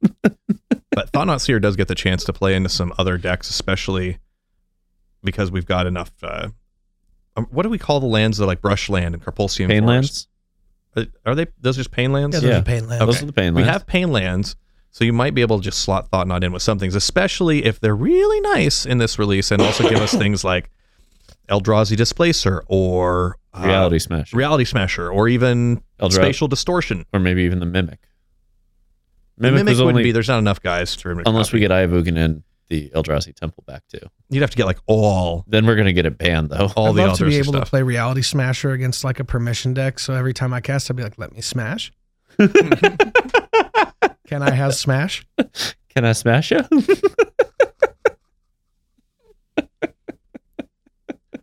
S1: But Thought Not Seer does get the chance to play into some other decks, especially because we've got enough. Uh, um, what do we call the lands that like Brushland and Carpulsium? Forest?
S3: Painlands?
S1: Are, are they those just pain lands?
S2: Yeah, those
S3: Yeah.
S2: are pain lands.
S3: Those are the Painlands.
S1: We have pain lands, so you might be able to just slot Thought Not in with some things, especially if they're really nice in this release, and also give us things like Eldrazi Displacer or uh,
S3: Reality Smash.
S1: Reality Smasher, or even
S3: Eldra-
S1: Spatial Distortion.
S3: or maybe even the Mimic.
S1: Mimic,
S3: Mimic, was
S1: wouldn't
S3: only
S1: be. There's not enough guys to
S3: unless we get Iavugan and the Eldrazi Temple back too.
S1: You'd have to get like all
S3: Then we're gonna get it banned though.
S1: all
S2: I'd
S1: the
S2: love to be
S1: Eldrazi
S2: able
S1: stuff.
S2: to play Reality Smasher against like a permission deck. So every time I cast, I'd be like, "Let me smash." Can I have smash?
S3: Can I smash you?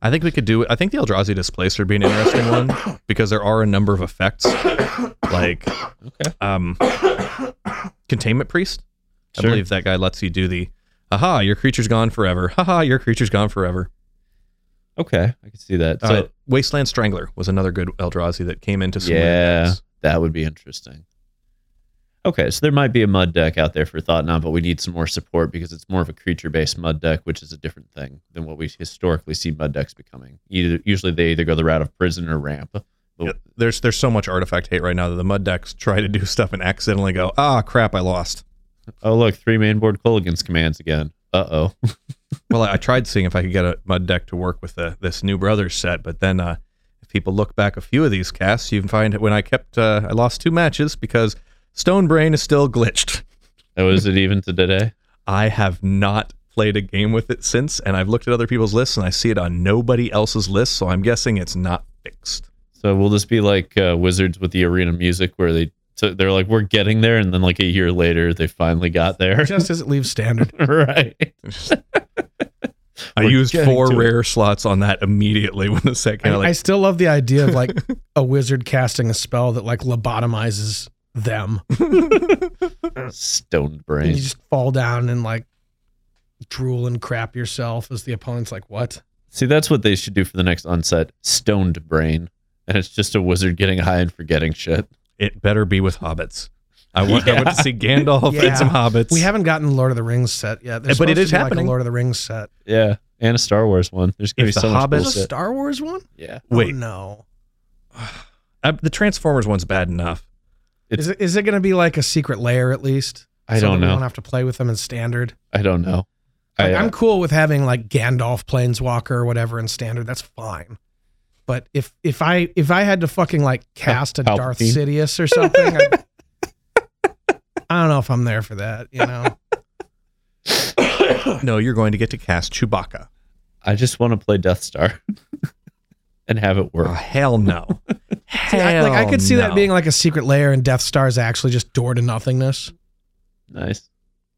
S1: I think we could do it. I think the Eldrazi displacer would be an interesting one because there are a number of effects like
S3: Okay.
S1: um, containment priest. I
S3: Sure.
S1: believe that guy lets you do the haha, your creature's gone forever. Haha, your creature's gone forever.
S3: okay, I can see that. So
S1: uh, Wasteland Strangler was another good Eldrazi that came into some
S3: Yeah.
S1: decks.
S3: that would be interesting. Okay, so there might be a mud deck out there for Thought Knot, but we need some more support because it's more of a creature-based mud deck, which is a different thing than what we historically see mud decks becoming. Either, usually they either go the route of prison or ramp.
S1: Yeah, There's there's so much artifact hate right now that the mud decks try to do stuff and accidentally go, ah crap, I lost.
S3: Oh look, three main board Culligan's commands again. Uh oh.
S1: Well, I I tried seeing if I could get a mud deck to work with the, this new brothers set, but then uh, if people look back a few of these casts, you can find when I kept uh, I lost two matches because Stone Brain is still glitched.
S3: oh, is it even to today?
S1: I have not played a game with it since, and I've looked at other people's lists and I see it on nobody else's list, so I'm guessing it's not fixed.
S3: So will this be like uh, Wizards with the arena music, where they so they're like, we're getting there, and then like a year later, they finally got there,
S2: Just as it leaves standard.
S3: right?
S1: I
S3: We're
S1: used
S3: getting
S1: four
S3: to it.
S1: rare slots on that immediately when the set
S2: I,
S1: came out.
S2: I
S1: Like,
S2: still love the idea of like a wizard casting a spell that like lobotomizes them.
S3: Stoned
S2: And
S3: brain.
S2: you just fall down and like drool and crap yourself as the opponent's like, what?
S3: See, that's what they should do for the next onset. Stoned brain, and it's just a wizard getting high and forgetting shit.
S1: It better be with hobbits. I want, I want to see Gandalf
S2: Yeah.
S1: and some hobbits.
S2: We haven't gotten Lord of the Rings set yet. There's
S1: But it is
S2: supposed to be like
S1: happening.
S2: a Lord of the Rings set.
S3: Yeah, and a Star Wars one. There's gonna
S1: If
S3: be
S1: The
S3: so much
S1: Hobbit-
S2: There's a
S3: bullshit.
S2: Star Wars one?
S3: Yeah,
S1: Wait,
S2: Oh, no.
S1: uh, the Transformers one's bad enough.
S3: It's-
S2: Is it, is it going to be like a secret layer at least?
S3: I
S2: So that
S3: don't
S2: We
S3: know.
S2: don't have to play with them in standard.
S3: I don't know.
S2: Like,
S3: I,
S2: I'm
S3: uh,
S2: cool with having like Gandalf Planeswalker or whatever in standard. That's fine. But if if I if I had to fucking like cast a
S3: Palpatine.
S2: Darth Sidious or something, I, I don't know if I'm there for that. You know,
S1: No, you're going to get to cast Chewbacca.
S3: I just want to play Death Star and have it
S1: Oh,
S3: work.
S1: hell no. hell
S2: I, like I could see that
S1: no.
S2: being like a secret layer, and Death Star is actually just door to nothingness,
S3: Nice,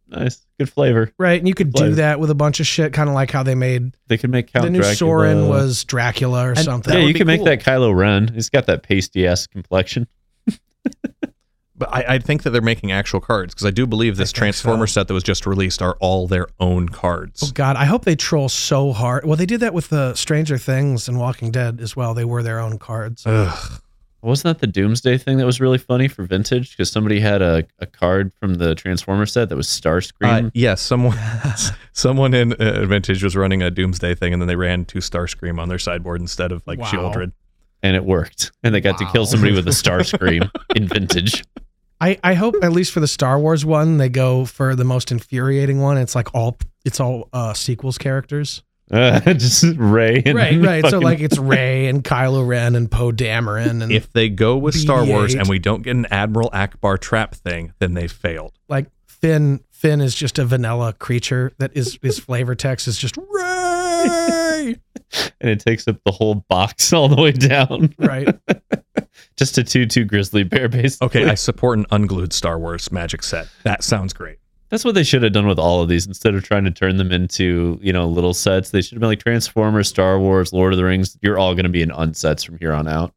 S3: nice, good flavor.
S2: right? And you could do
S3: Like-
S2: that with a bunch of shit, kind of like how they made
S3: They could make Count
S2: the new
S3: Dracula.
S2: Sorin was Dracula or
S1: And
S2: something.
S1: that
S3: Yeah,
S1: would
S3: you
S1: be
S3: can make
S1: cool.
S3: that Kylo Ren. He's got that pasty ass complexion.
S1: But I, I think that they're making actual cards because I do believe this
S2: think so.
S1: Transformer set that was just released are all their own cards.
S2: Oh God, I hope they troll so hard. Well, they did that with the Stranger Things and Walking Dead as well. They were their own cards.
S1: Ugh.
S3: Wasn't that the Doomsday thing that was really funny for vintage? Because somebody had a, a card from the Transformer set that was Starscream.
S1: Uh, yes, someone someone in uh, Vintage was running a Doomsday thing, and then they ran two Starscream on their sideboard instead of like
S2: Wow.
S1: Shieldred.
S3: and it worked. And they got to kill
S2: Wow.
S3: somebody with a star scream in vintage.
S2: I, I hope at least for the Star Wars one, they go for the most infuriating one. It's like all it's all uh, sequels characters.
S3: Uh, just Ray. And
S2: right. So
S3: fucking-
S2: like it's Ray and Kylo Ren and Poe Dameron and
S1: If they go with Star Wars
S2: BB-8.
S1: and we don't get an Admiral Akbar trap thing, then they failed.
S2: like Finn. Finn is just a vanilla creature that is his flavor text is just Ray.
S3: and it takes up the whole box all the way down.
S2: Right.
S3: Just a two-two grizzly bear base.
S1: Okay, I support an unglued Star Wars magic set. That sounds great.
S3: that's what they should have done with all of these. Instead of trying to turn them into you know little sets, they should have been like Transformers, Star Wars, Lord of the Rings. You're all going to be in unsets from here on out.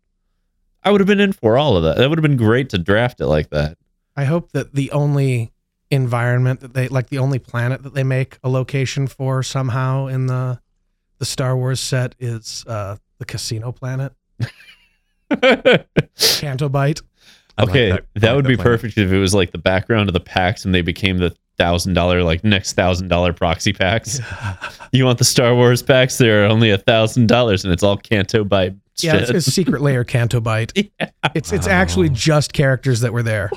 S3: I would have been in for all of that. That would have been great to draft it like that.
S2: I hope that the only environment that they like the only planet that they make a location for somehow in the the Star Wars set is uh the casino planet, Cantobite.
S1: I like
S3: okay, that,
S1: I like
S3: would be
S1: plan.
S3: perfect if it was like the background of the packs and they became the thousand dollar like next thousand dollar proxy packs. You want the Star Wars packs? They're only a thousand dollars and it's all Canto by shit.
S2: Yeah, it's, it's secret layer Cantobite. It's it's actually just characters that were there.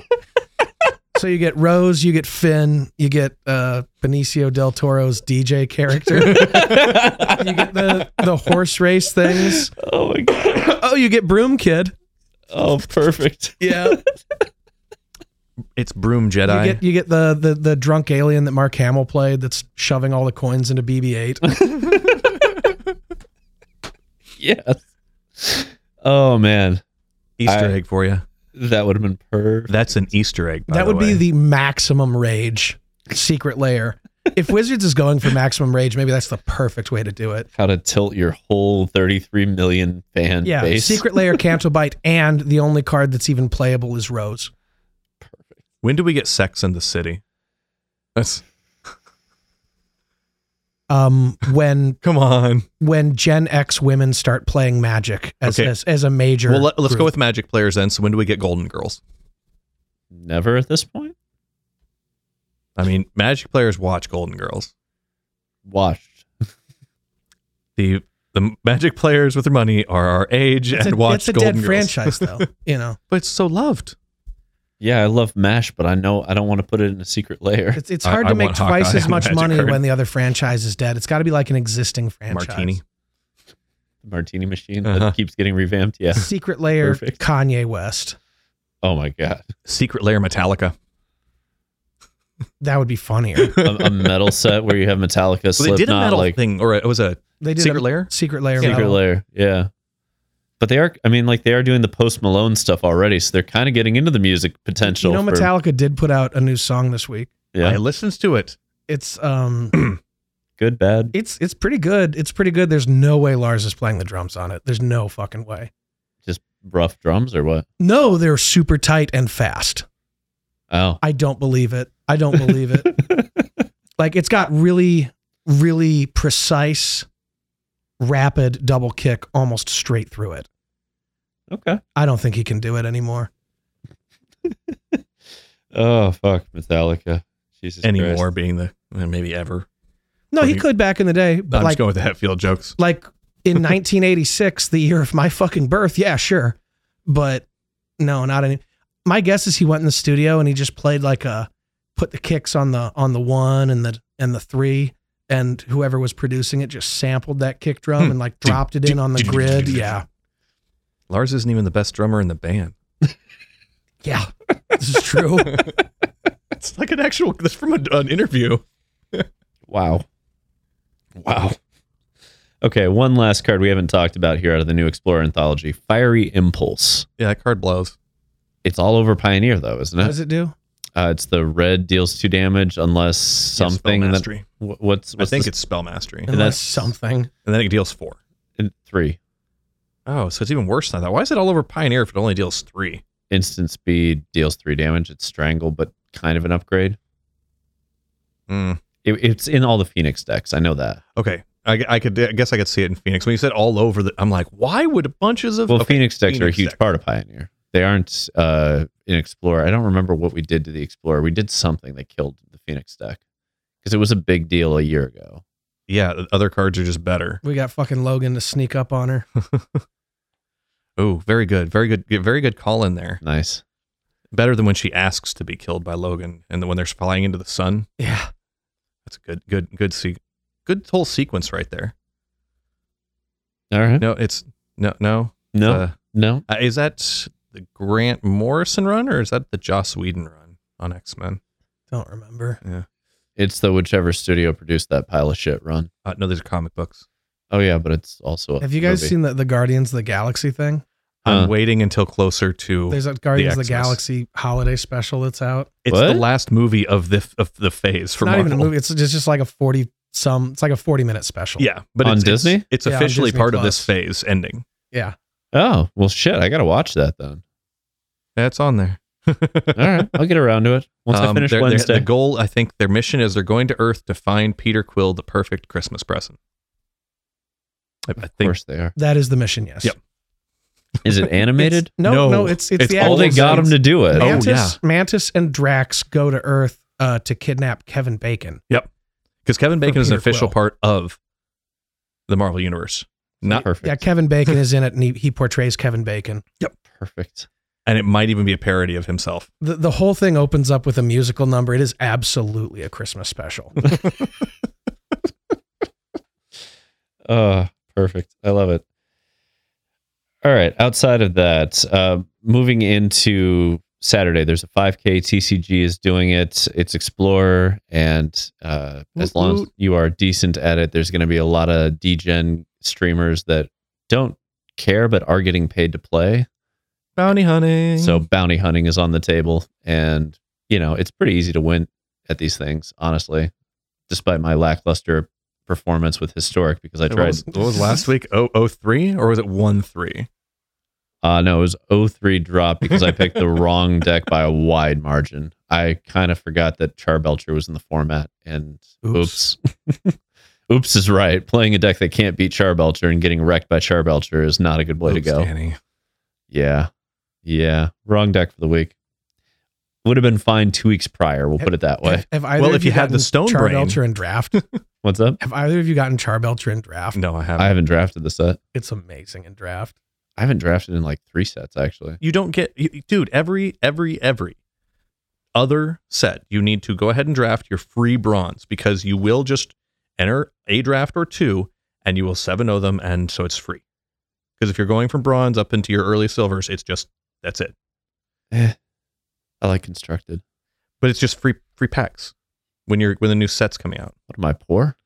S2: so you get Rose, you get Finn, you get uh Benicio del Toro's DJ character. you get the the horse race things.
S3: oh my god!
S2: Oh, you get Broom Kid.
S3: Oh, perfect.
S2: Yeah.
S1: It's Broom Jedi.
S2: You get you get the, the the drunk alien that Mark Hamill played that's shoving all the coins into BB-8.
S3: Yes. Oh man,
S1: Easter
S3: I-
S1: egg for you.
S3: that would have been perfect.
S1: That's an Easter egg. By
S2: that
S1: the
S2: would
S1: way.
S2: be the maximum rage secret layer. If Wizards is going for maximum rage, maybe that's the perfect way to do it.
S3: How to tilt your whole thirty-three million fan
S2: Yeah,
S3: base?
S2: secret layer Cantobite, and the only card that's even playable is Rose.
S1: When do we get Sex in the City? That's
S2: Um, when
S1: come on.
S2: when Gen X women start playing Magic as
S1: Okay.
S2: as, as a major.
S1: well, let, let's go
S2: group.
S1: with Magic players then. So when do we get Golden Girls?
S3: Never at this point.
S1: I mean, Magic players watch Golden Girls.
S3: Watched.
S1: The the Magic players with their money are our age
S2: it's
S1: and
S2: a,
S1: watch
S2: it's a
S1: Golden
S2: dead
S1: Girls.
S2: franchise though. You know,
S1: but it's so loved.
S3: Yeah, I love Mash, but I know I don't want to put it in a secret layer.
S2: It's, it's
S1: I-
S2: hard
S1: I
S2: to make
S1: want Hawkeye
S2: twice as
S1: and
S2: much
S1: Magic
S2: money
S1: Card.
S2: when the other franchise is dead. It's got to be like an existing franchise.
S1: Martini.
S3: martini machine
S1: Uh-huh.
S3: that keeps getting revamped. Yeah.
S2: Secret layer
S3: Perfect.
S2: Kanye West.
S3: Oh my god.
S1: Secret Lair Metallica.
S2: That would be funnier.
S3: A, a metal set where you have Metallica,
S1: So they did a
S3: Slipknot,
S1: metal
S3: like
S1: thing, or it was a
S2: They did
S1: Secret
S2: a
S1: Lair?
S2: Secret layer.
S3: secret
S2: metal.
S3: layer. Yeah. But they are. I mean, like they are doing the Post Malone stuff already, so they're kind of getting into the music potential.
S2: You know,
S3: for-
S2: Metallica did put out a new song this week.
S1: I
S3: Yeah.
S1: listened to it.
S2: It's um,
S3: Good, bad.
S2: it's it's pretty good. It's pretty good. There's no way Lars is playing the drums on it. There's no fucking way.
S3: Just rough drums or what?
S2: No, they're super tight and fast.
S3: Oh.
S2: I don't believe it. I don't believe it. like it's got really, really precise, rapid double kick almost straight through it.
S3: Okay.
S2: I don't think he can do it anymore.
S3: oh fuck, Metallica. Jesus
S1: anymore being the and maybe ever.
S2: No, he
S1: Right.
S2: could back in the day,
S1: But
S2: but
S1: I'm
S2: like
S1: just going with the Hetfield jokes.
S2: like in 1986, the year of my fucking birth. Yeah, sure, but no, not any. My guess is he went in the studio and he just played like a put the kicks on the on the one and the and the three, and whoever was producing it just sampled that kick drum
S1: Hmm.
S2: and like dropped it in on the grid. Yeah,
S1: Lars isn't even the best drummer in the band.
S2: yeah, this is true.
S1: It's like an actual. That's from a, an interview.
S3: Wow. Wow. Okay, one last card we haven't talked about here out of the new Explorer anthology, Fiery Impulse.
S1: Yeah, that card blows.
S3: It's all over Pioneer though, isn't
S2: What
S3: it?
S2: does it do?
S3: Uh, it's the red deals two damage unless something
S1: Spell
S3: that
S1: mastery.
S3: wh- what's,
S1: I
S3: what's
S1: think
S3: the-
S1: it's spell mastery, and
S2: Unless
S3: that's-
S2: something.
S1: then it deals four.
S3: three
S1: Oh, so it's even worse than I thought. Why is it all over Pioneer if it only deals three?
S3: instant speed deals three damage. It's strangle, but kind of an upgrade.
S1: Hmm.
S3: It, it's in all the Phoenix decks. I know that.
S1: Okay, I, I could I guess I could see it in Phoenix. When you said all over, the, I'm like, why would bunches of
S3: Well,
S1: okay,
S3: Phoenix decks are a
S1: Phoenix
S3: huge
S1: deck.
S3: part of Pioneer. They aren't uh, in Explorer. I don't remember what we did to the Explorer. We did something that killed the Phoenix deck because it was a big deal a year ago.
S1: Yeah, the other cards are just better.
S2: We got fucking Logan to sneak up on her.
S1: Oh, very good, very good, very good call in there.
S3: Nice.
S1: Better than when she asks to be killed by Logan, and then when they're flying into the sun.
S2: Yeah,
S1: That's a good, good, good, se- good whole sequence right there.
S3: All right.
S1: No, it's no, no.
S3: No,
S1: uh,
S3: no.
S1: Uh, is that the Grant Morrison run or is that the Joss Whedon run on X Men?
S2: don't remember.
S3: It's the whichever studio produced that pile of shit run.
S1: Uh, no, these are comic books.
S3: Oh yeah, but it's also. A
S2: Have you guys
S3: movie.
S2: seen the, the Guardians of the Galaxy thing?
S3: Huh.
S1: I'm waiting until closer to.
S2: There's a Guardians of the
S1: Xmas.
S2: Galaxy holiday special that's out.
S1: it's
S3: What?
S1: the last movie of the of the phase
S2: It's
S1: for
S2: not
S1: Marvel.
S2: even a movie. It's just, just like a 40 some, it's like a 40 minute special.
S1: Yeah, but
S3: On
S1: it's, it's-
S3: Disney?
S1: it's,
S2: Yeah, on
S1: officially
S2: Disney
S1: part of
S2: Plus.
S1: this phase ending.
S2: Yeah.
S3: Oh well, shit. I gotta watch that then.
S1: That's on there.
S3: All right, I'll get around to it once I
S1: Um,
S3: finish
S1: they're- they're-
S3: Wednesday.
S1: the goal, I think, their mission is they're going to Earth to find Peter Quill the perfect Christmas present. I, I
S3: of
S1: think
S3: course they are.
S2: That is the mission. Yes.
S1: Yep.
S3: Is it animated?
S2: It's- no,
S1: No.
S2: no, it's, it's,
S1: It's
S2: the
S1: all
S3: oh, they
S2: animals.
S3: got them to do it.
S1: Oh,
S2: Mantis,
S1: yeah.
S2: Mantis and Drax go to Earth uh, to kidnap Kevin Bacon.
S1: because Kevin Bacon is an
S2: Peter
S1: official
S2: Quill.
S1: part of the Marvel Universe. Not
S3: perfect.
S2: Yeah. Kevin Bacon is in it and he, he portrays Kevin Bacon.
S3: perfect.
S1: and it might even be a parody of himself.
S2: The, the whole thing opens up with a musical number. It is absolutely a Christmas special.
S3: Uh, perfect. I love it. All right. Outside of that, uh, moving into Saturday, there's a 5K. TCG is doing it. It's Explorer, and uh, as
S1: Woot
S3: long as
S1: woot.
S3: you are decent at it, there's going to be a lot of DGen streamers that don't care but are getting paid to play.
S1: Bounty hunting.
S3: So bounty hunting is on the table, and you know it's pretty easy to win at these things, honestly. Despite my lackluster performance with historic, because I
S1: what
S3: tried.
S1: was, what was last week? Oh, oh, three or was it one three?
S3: Uh, no, it was 03 drop because I picked the wrong deck by a wide margin. I kind of forgot that Charbelcher was in the format, and oops.
S2: Oops.
S3: Oops. is right. Playing a deck that can't beat Charbelcher and getting wrecked by Charbelcher is not a good way to go.
S1: Danny.
S3: Yeah. Yeah. Wrong deck for the week. Would have been fine two weeks prior. We'll put it that way.
S2: Have, have either
S1: Well,
S2: of
S1: if you had the
S2: gotten
S1: stone brain-
S2: Charbelcher and draft,
S3: What's up?
S2: have either of you gotten Charbelcher and draft?
S1: No, I haven't.
S3: I haven't drafted the set.
S2: It's amazing in draft.
S3: I haven't drafted in like three sets, actually.
S1: You don't get, you, dude. Every every every other set, you need to go ahead and draft your free bronze because you will just enter a draft or two, and you will seven zero them, and so it's free. Because if you're going from bronze up into your early silvers, it's just that's it.
S3: Eh. I like constructed.
S1: But it's just free free packs when you're when the new sets coming out.
S3: What am I poor?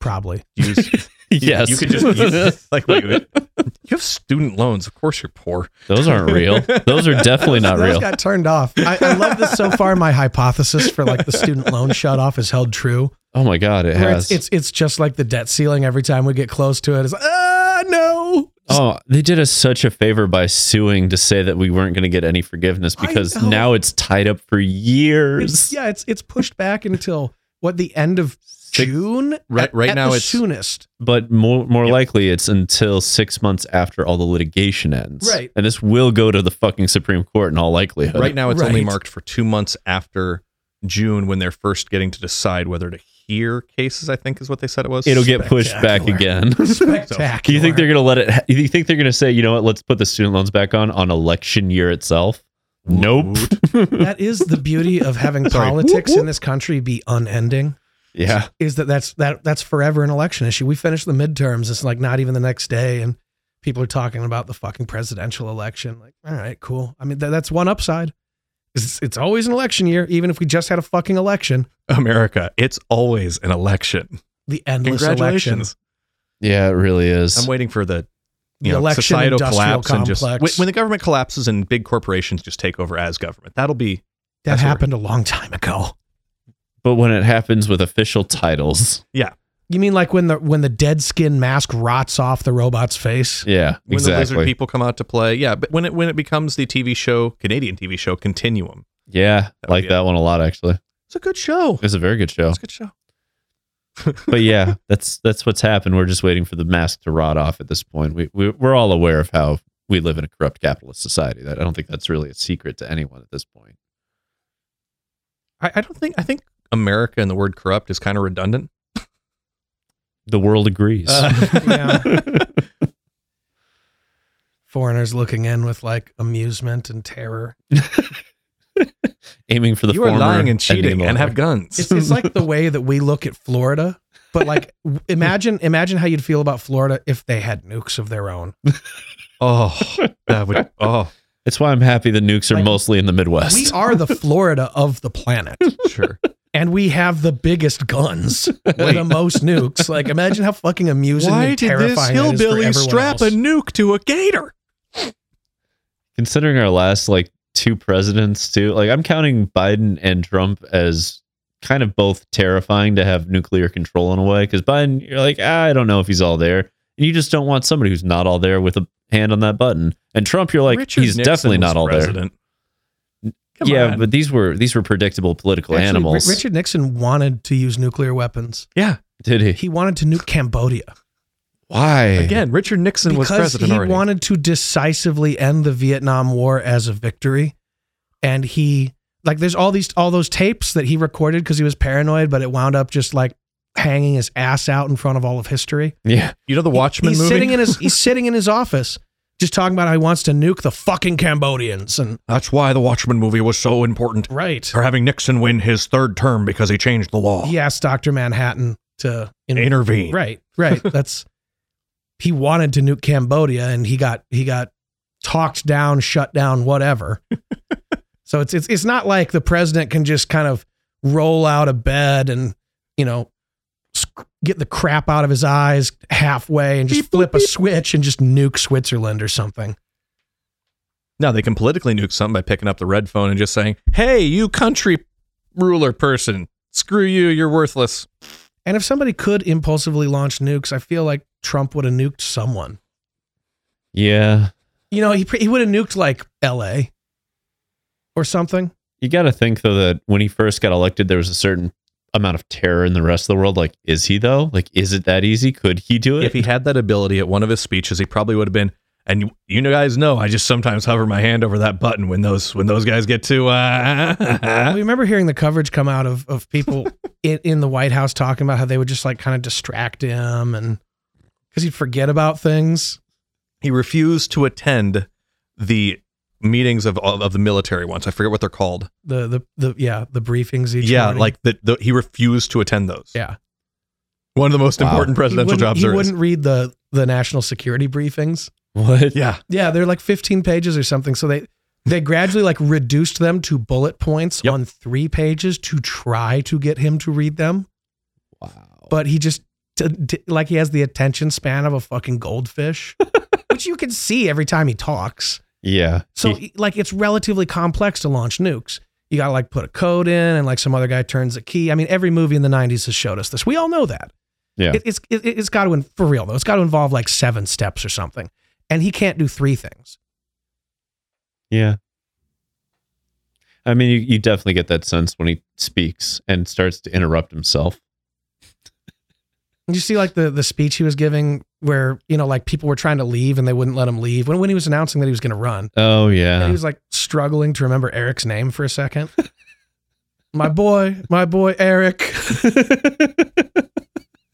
S2: Probably.
S1: Use,
S3: yes.
S1: you could just use, like wait, wait, you have student loans. Of course, you're poor.
S3: Those aren't real. Those are definitely not
S2: Those
S3: real.
S2: got turned off. I, I love this so far. My hypothesis for like the student loan shut off is held true.
S3: Oh my god, it
S2: Where
S3: has.
S2: it's, it's it's just like the debt ceiling. Every time we get close to it, it's like, ah, no.
S3: oh, they did us such a favor by suing to say that we weren't going to get any forgiveness
S2: I
S3: because
S2: know.
S3: now it's tied up for years.
S2: It's, yeah, it's it's pushed back until what the end of
S3: Six-
S2: June.
S1: Right-
S2: At-
S1: right
S2: at
S1: now
S2: the
S1: it's-
S2: soonest.
S3: But more more
S1: Yep.
S3: likely, it's until six months after all the litigation ends.
S2: Right.
S3: And this will go to the fucking Supreme Court in all likelihood.
S1: Right now, it's only
S2: Uh, Right.
S1: marked for two months after June when they're first getting to decide whether to hear cases. I think is what they said it was.
S3: It'll get pushed back again.
S2: Spectacular.
S3: Do you think they're going to let it? Do you think they're going to say, you know what? Let's put the student loans back on on election year itself? Nope.
S2: that is the beauty of having
S1: Sorry.
S2: politics in this country be unending.
S3: yeah.
S2: Is that that's that that's forever an election issue. We finish the midterms. It's like not even the next day, and people are talking about the fucking presidential election. Like, all right, cool. I mean, th- that's one upside. It's, it's always an election year, even if we just had a fucking election.
S1: America. It's always an election.
S2: The endless election.
S1: Congratulations.
S3: Yeah, it really is.
S1: I'm waiting for the you
S2: The
S1: know,
S2: election
S1: societal
S2: industrial
S1: collapse and
S2: complex.
S1: just when- when the government collapses and big corporations just take over as government. That'll be
S2: That
S1: That's what
S2: happened a long time ago.
S3: but when it happens with official titles,
S2: You mean like when the when the dead skin mask rots off the robot's face?
S3: yeah,
S1: when the lizard
S3: exactly.
S1: people come out to play. Yeah, but when it when it becomes the TV show Canadian TV show Continuum,
S3: yeah,
S1: would
S3: like
S1: be it.
S3: that one a lot actually.
S1: it's a good show.
S3: It was a very good show.
S1: It's a good show.
S3: But yeah, that's that's what's happened. We're just waiting for the mask to rot off at this point. We, we we're all aware of how we live in a corrupt capitalist society. That I don't think that's really a secret to anyone at this point.
S1: I, I don't think I think America and the word corrupt is kind of redundant.
S3: The world agrees.
S1: Uh,
S2: yeah. Foreigners looking in with like amusement and terror.
S3: Aiming for the
S1: you are
S3: former
S1: lying and
S3: ending in
S1: cheating
S3: the
S1: and
S3: latter.
S1: have guns.
S2: It's, it's like the way that we look at Florida, but like w- imagine imagine how you'd feel about Florida if they had nukes of their own.
S1: oh, that would oh
S3: That's why I'm happy the nukes are
S2: Like,
S3: mostly in the Midwest.
S2: We are the Florida of the planet,
S1: sure.
S2: and we have the biggest guns, with the most nukes. Like imagine how fucking amusing
S1: Why
S2: and
S1: did
S2: terrifying
S1: this
S2: that is for
S1: hillbilly
S2: everyone
S1: strap
S2: else.
S1: a nuke to a gator?
S3: considering our last like two presidents too like i'm counting biden and trump as kind of both terrifying to have nuclear control in a way because biden you're like "Ah, i don't know if he's all there and you just don't want somebody who's not all there with a hand on that button and trump you're like he's definitely not all
S1: there.
S3: there yeah but these were these were predictable political
S2: Actually,
S3: animals
S2: R- Richard Nixon wanted to use nuclear weapons.
S1: yeah.
S3: did he
S2: He wanted to nuke Cambodia.
S3: why
S1: Again, Richard Nixon was
S2: because
S1: president
S2: he
S1: already.
S2: wanted to decisively end the Vietnam War as a victory, and he like there's all these all those tapes that he recorded because he was paranoid, but it wound up just like hanging his ass out in front of all of history.
S3: yeah
S1: you know the Watchmen
S2: he's
S1: movie.
S2: sitting in his he's sitting in his office, just talking about how he wants to nuke the fucking Cambodians and
S1: That's why the Watchmen movie was so important.
S2: right.
S1: They're having Nixon win his third term because he changed the law.
S2: He asked Doctor Manhattan to in-
S1: Intervene.
S2: Right, right. That's he wanted to nuke Cambodia, and he got he got talked down, shut down, whatever. so it's it's it's not like the president can just kind of roll out of bed and you know sc- get the crap out of his eyes halfway and just flip a switch and just nuke Switzerland or something.
S1: No, they can politically nuke something by picking up the red phone and just saying, "Hey, you country ruler person, screw you, you're worthless."
S2: And if somebody could impulsively launch nukes, I feel like Trump would have nuked someone.
S3: yeah
S2: You know, he pre- he would have nuked like L.A. or something.
S3: you got to think though that when he first got elected, there was a certain amount of terror in the rest of the world. Like, is he though? Like, is it that easy? Could he do it?
S1: If he had that ability at one of his speeches, he probably would have been. And you, you guys know, I just sometimes hover my hand over that button when those when those guys get to. Uh,
S2: I remember hearing the coverage come out of, of people in, in the White House talking about how they would just like kind of distract him and because he'd forget about things.
S1: he refused to attend the meetings of of of the military ones. I forget what they're called.
S2: The the the yeah the briefings each
S1: yeah,
S2: morning.
S1: like the, the he refused to attend those.
S2: E? Yeah.
S1: one of the most
S3: Wow.
S1: important
S2: He
S1: presidential
S2: wouldn't-
S1: jobs
S2: He
S1: there is.
S2: wouldn't read the the national security briefings.
S3: what?
S1: Yeah,
S2: Yeah, they're like fifteen pages or something. So they they gradually like reduced them to bullet points
S1: Yep.
S2: on three pages to try to get him to read them.
S3: Wow.
S2: but he just t- t- like he has the attention span of a fucking goldfish, which you can see every time he talks.
S3: yeah.
S2: So
S3: He-
S2: like it's relatively complex to launch nukes. You gotta like put a code in, and like some other guy turns a key. I mean, every movie in the '90s has showed us this. We all know that.
S3: Yeah.
S2: it, it's it, it's got to for real though. It's got to involve like seven steps or something, and he can't do three things.
S3: yeah. I mean, you, you definitely get that sense when he speaks and starts to interrupt himself.
S2: Did you see like the the speech he was giving where you know like people were trying to leave and they wouldn't let him leave when when he was announcing that he was going to run
S3: Oh
S2: and
S3: yeah.
S2: he was like struggling to remember Eric's name for a second. my boy, my boy Eric.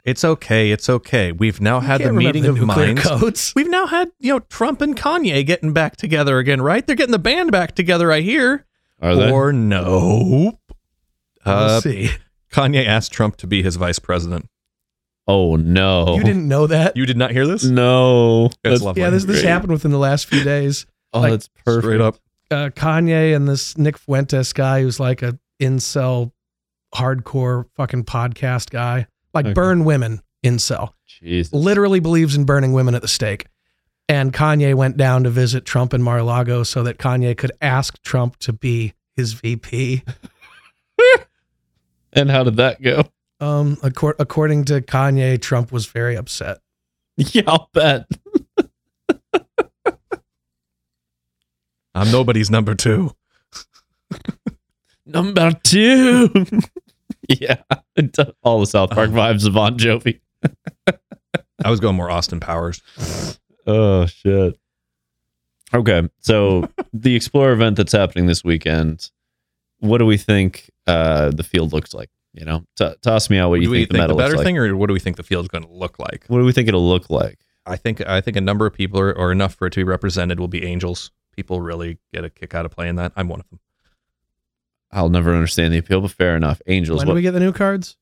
S1: It's okay. It's okay. We've now had the
S2: Can't remember
S1: meeting of
S2: nuclear
S1: minds.
S2: codes.
S1: We've now had, you know, Trump and Kanye getting back together again, right? They're getting the band back together, I hear.
S3: Are they?
S1: Or nope. Uh,
S2: We'll see.
S1: Kanye asked Trump to be his vice president.
S3: oh no.
S2: You didn't know that?
S1: You did not hear this?
S2: Mm,
S3: No.
S1: It's lovely.
S2: yeah, this this
S3: great.
S2: happened within the last few days.
S3: Oh,
S2: Like,
S3: that's perfect.
S1: Straight up.
S2: Uh, Kanye and this Nick Fuentes guy who's like a incel hardcore fucking podcast guy, like
S3: Okay.
S2: burn women incel.
S3: Jeez.
S2: literally believes in burning women at the stake. And Kanye went down to visit Trump in Mar-a-Lago so that Kanye could ask Trump to be his VP.
S3: And how did that go?
S2: Um, accor- according to Kanye, Trump was very upset.
S3: Yeah, I'll bet.
S1: I'm nobody's number two.
S3: Number two. yeah. it does- All the South Park vibes of Bon Jovi.
S1: I was going more Austin Powers.
S3: Oh shit. Okay, so the Explorer event that's happening this weekend. What do we think uh, the field looks like? You know, T- toss me out what
S1: do
S3: you
S1: we
S3: think, the
S1: think the
S3: meta looks
S1: better
S3: like.
S1: thing, or what do we think the field's going to look like?
S3: What do we think it'll look like?
S1: I think I think a number of people are, or enough for it to be represented will be angels. People really get a kick out of playing that. I'm one of them.
S3: I'll never understand the appeal, but fair enough. Angels.
S2: When
S3: what,
S2: do we get the new cards?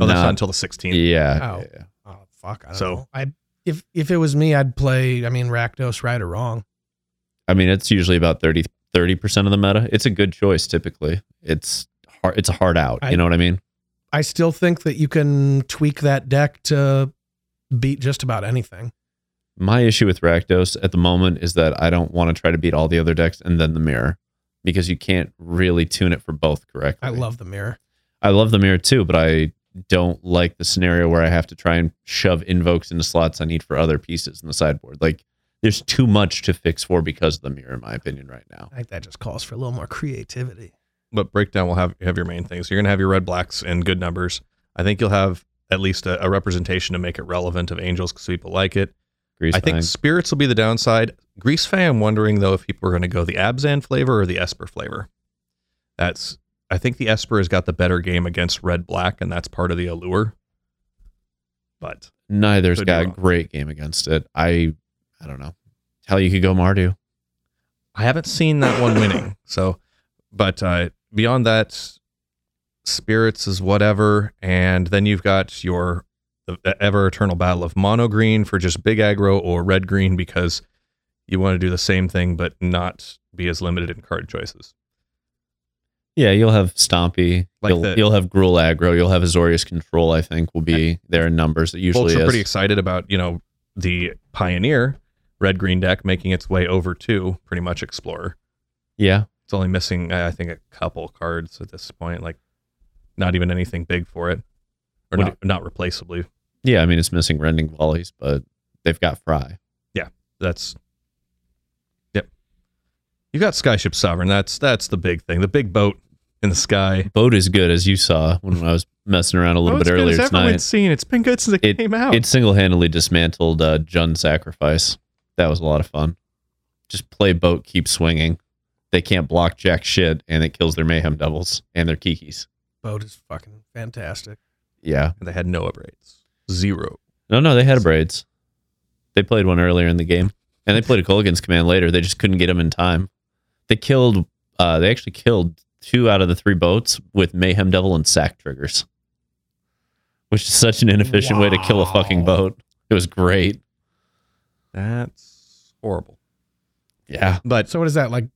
S1: Oh, that's
S3: Nah.
S1: not until the 16th.
S3: yeah,
S2: Oh.
S3: yeah, yeah.
S2: Oh fuck! I don't
S1: So-
S2: know. I if if it was me, I'd play. I mean, Rakdos, right or wrong.
S3: I mean, it's usually about 30 percent of the meta. It's a good choice typically. It's hard. It's a hard out.
S2: I-
S3: you know what I mean?
S2: I still think that you can tweak that deck to beat just about anything.
S3: My issue with Rakdos at the moment is that I don't want to try to beat all the other decks and then the mirror because you can't really tune it for both correctly.
S2: I love the mirror.
S3: I love the mirror too, but I don't like the scenario where I have to try and shove invokes into slots I need for other pieces in the sideboard. Like there's too much to fix for because of the mirror, in my opinion, right now.
S2: I think that just calls for a little more creativity.
S1: but breakdown will have have your main things. You're gonna have your red blacks in good numbers. I think you'll have at least a, a representation to make it relevant of angels because people like it.
S3: Grease
S1: I think
S3: Vine.
S1: spirits will be the downside. Grease Fang, I'm wondering though if people are gonna go the Abzan flavor or the Esper flavor. That's I think the Esper has got the better game against red black, and that's part of the allure. But
S3: neither's
S1: could be
S3: got a
S1: wrong.
S3: great game against it. I I don't know. Hell, you could go Mardu.
S1: I haven't seen that one winning. So, but uh, beyond that, spirits is whatever, and then you've got your the ever eternal battle of mono green for just big aggro or red green because you want to do the same thing but not be as limited in card choices.
S3: Yeah, you'll have Stompy.
S1: Like
S3: you'll,
S1: the-
S3: you'll have Gruul aggro. You'll have Azorius control. I think will be there in numbers. It usually
S1: Folks are
S3: is.
S1: pretty excited about you know the pioneer red green deck making its way over to pretty much explorer.
S3: yeah,
S1: It's only missing I I think a couple cards at this point, like not even anything big for it, or
S3: What
S1: not, not replaceably.
S3: yeah. I mean, it's missing Rending Volleys, but they've got Fry.
S1: That's yep. You've got Skyship Sovereign. That's that's the big thing. The big boat in the sky.
S3: Boat is good, as you saw when I was messing around a little bit earlier tonight.
S1: seen. It's been good since it,
S3: It-
S1: came out.
S3: It single handedly dismantled uh, Jun Sacrifice. That was a lot of fun. Just play boat, keep swinging. They can't block jack shit, and it kills their mayhem doubles and their kikis.
S2: Boat is fucking fantastic.
S3: Yeah,
S1: and they had no upgrades. Zero.
S3: No, no, they had braids. They played one earlier in the game, and they played a Culligan's command later. They just couldn't get him in time. They killed. Uh, they actually killed two out of the three boats with Mayhem Devil and sack triggers, which is such an inefficient way to kill a fucking
S2: Wow.
S3: boat. It was great.
S1: That's horrible.
S3: Yeah,
S1: But
S2: So what is that like?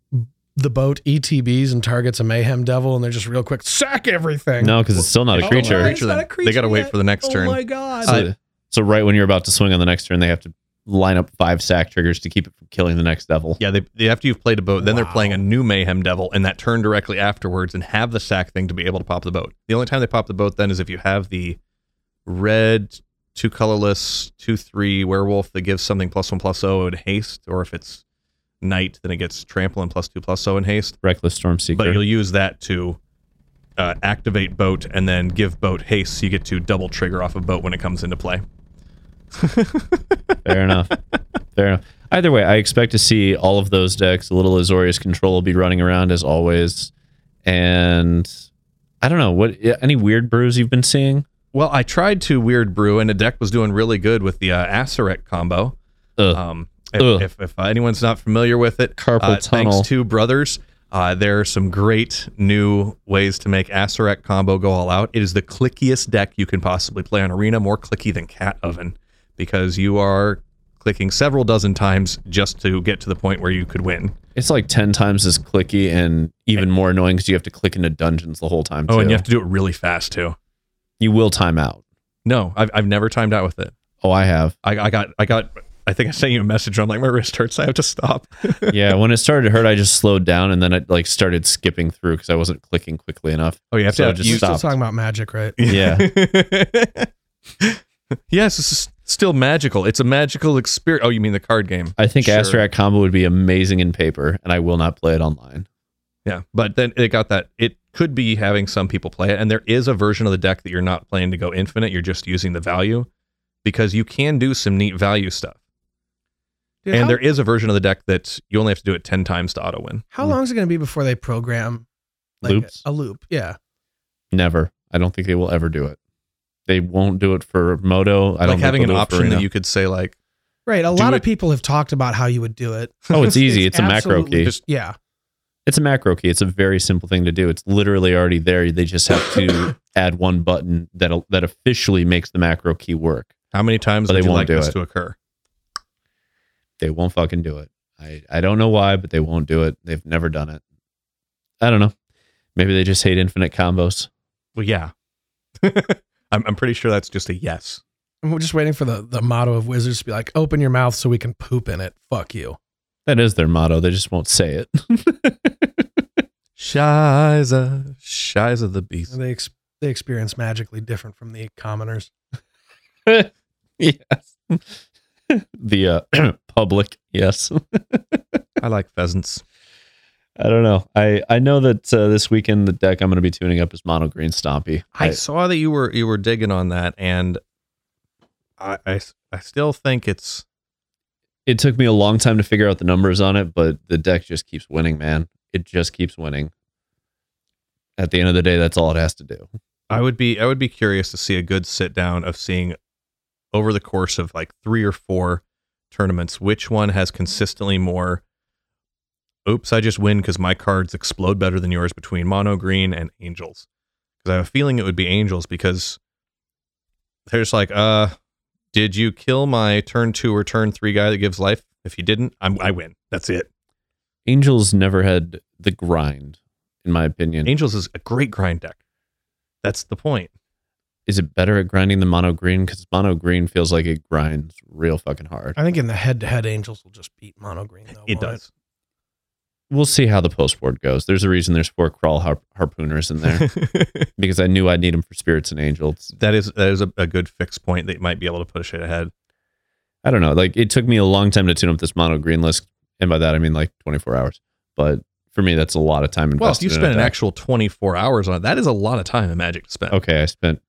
S2: The boat ETBs and targets a mayhem devil, and they're just real quick sack everything.
S3: no, because it's still not a
S1: Oh,
S3: creature.
S1: right. Creature, then. They gotta wait for the next
S2: oh
S1: turn.
S2: Oh my god!
S1: Uh,
S3: So, so right when you're about to swing on the next turn, they have to line up five sack triggers to keep it from killing the next devil.
S1: yeah, they, they after you've played a boat, then they're
S2: Wow.
S1: playing a new Mayhem Devil, and that turn directly afterwards, and have the sack thing to be able to pop the boat. The only time they pop the boat then is if you have the red two colorless two three werewolf that gives something plus one plus zero in haste, or if it's night, then it gets trample and plus two plus zero in haste.
S3: Reckless Storm Seeker.
S1: But you'll use that to uh, activate boat and then give boat haste. So you get to double trigger off of boat when it comes into play.
S3: Fair enough. Fair enough. Either way, I expect to see all of those decks. Little Azorius Control will be running around as always, and I don't know what any weird brews you've been seeing.
S1: Well, I tried to weird brew, and a deck was doing really good with the uh, Aceret combo.
S3: Ugh.
S1: Um, if,
S3: Ugh.
S1: if, if anyone's not familiar with it,
S3: Carpal
S1: uh,
S3: tunnel.
S1: thanks to Brothers, uh, there are some great new ways to make Aceret combo go all out. It is the clickiest deck you can possibly play on Arena, more clicky than Cat Oven, because you are clicking several dozen times just to get to the point where you could win.
S3: It's like ten times as clicky and even more annoying because you have to click into dungeons the whole time.
S1: Oh,
S3: too.
S1: and you have to do it really fast too.
S3: You will time out.
S1: No, I've, I've never timed out with it.
S3: Oh, I have.
S1: I, I got I got I think I sent you a message. I'm like my wrist hurts. I have to stop.
S3: yeah, when it started to hurt, I just slowed down and then it like started skipping through because I wasn't clicking quickly enough.
S1: Oh, you have
S3: So
S1: to
S3: just
S1: you-
S2: You're still
S3: stopped.
S2: talking about magic, right?
S3: Yeah.
S1: yes, this is still magical. It's a magical experience. Oh, you mean the card game?
S3: I think
S1: Sure.
S3: Asterak combo would be amazing in paper, and I will not play it online.
S1: Yeah, but then it got that. It could be having some people play it, and there is a version of the deck that you're not playing to go infinite. You're just using the value because you can do some neat value stuff.
S2: Dude,
S1: and
S2: how,
S1: there is a version of the deck that you only have to do it ten times to auto win.
S2: how long is it going to be before they program like
S3: Loops?
S2: A, a loop? Yeah.
S3: Never. I don't think they will ever do it. They won't do it for Moto. I
S1: like
S3: don't think
S1: having an
S3: they'll do it for
S1: option
S3: Arena.
S1: that you could say like
S2: Right.
S1: Do
S2: A lot
S1: it-
S2: of people have talked about how you would do it.
S3: Oh, it's easy. It's, a macro
S2: absolutely-
S3: key.
S1: just-
S2: Yeah.
S3: it's a macro key. It's a very simple thing to do. It's literally already there. They just have to add one button that that officially makes the macro key work.
S1: how many times
S3: But
S1: would
S3: they
S1: you
S3: won't
S1: like
S3: do
S1: this
S3: it.
S1: to occur?
S3: They won't fucking do it. I, I don't know why, but they won't do it. They've never done it. I don't know. Maybe they just hate infinite combos.
S1: Well, yeah. I'm, I'm pretty sure that's just a yes.
S2: And we're just waiting for the, the motto of Wizards to be like, open your mouth so we can poop in it. Fuck you.
S3: That is their motto. They just won't say it.
S1: Shiza, Shiza the beast.
S2: And they, ex- they experience magically different from the commoners.
S3: yes. the uh, public. Yes.
S1: I like pheasants.
S3: I don't know. I, I know that uh, this weekend the deck I'm going to be tuning up is mono green stompy.
S1: I saw that you were you were digging on that, and I I, s- I still think it's
S3: it took me a long time to figure out the numbers on it, but the deck just keeps winning, man. It just keeps winning. At the end of the day, that's all it has to do.
S1: I would be I would be curious to see a good sit down of seeing over the course of like three or four tournaments which one has consistently more. Oops, I just win because my cards explode better than yours between mono green and angels. Because I have a feeling it would be angels because they're just like, uh, did you kill my turn two or turn three guy that gives life? If you didn't, I'm, I win. That's it.
S3: Angels never had the grind, in my opinion.
S1: Angels is a great grind deck. That's the point.
S3: Is it better at grinding than mono green? Because mono green feels like it grinds real fucking hard.
S2: I think in the head to head, Angels will just beat Mono Green. Though,
S1: It
S2: won't
S1: does.
S3: We'll see how the post board goes. There's a reason there's four crawl har- harpooners in there because I knew I'd need them for spirits and angels.
S1: that is that is a, a good fixed point that might be able to push it ahead.
S3: I don't know. Like it took me a long time to tune up this mono green list, and by that I mean like 24 hours. But for me, that's a lot of time invested.
S1: Well, if you
S3: in a
S1: spend an
S3: deck.
S1: actual 24 hours on it, that is a lot of time in Magic to spend.
S3: Okay, I spent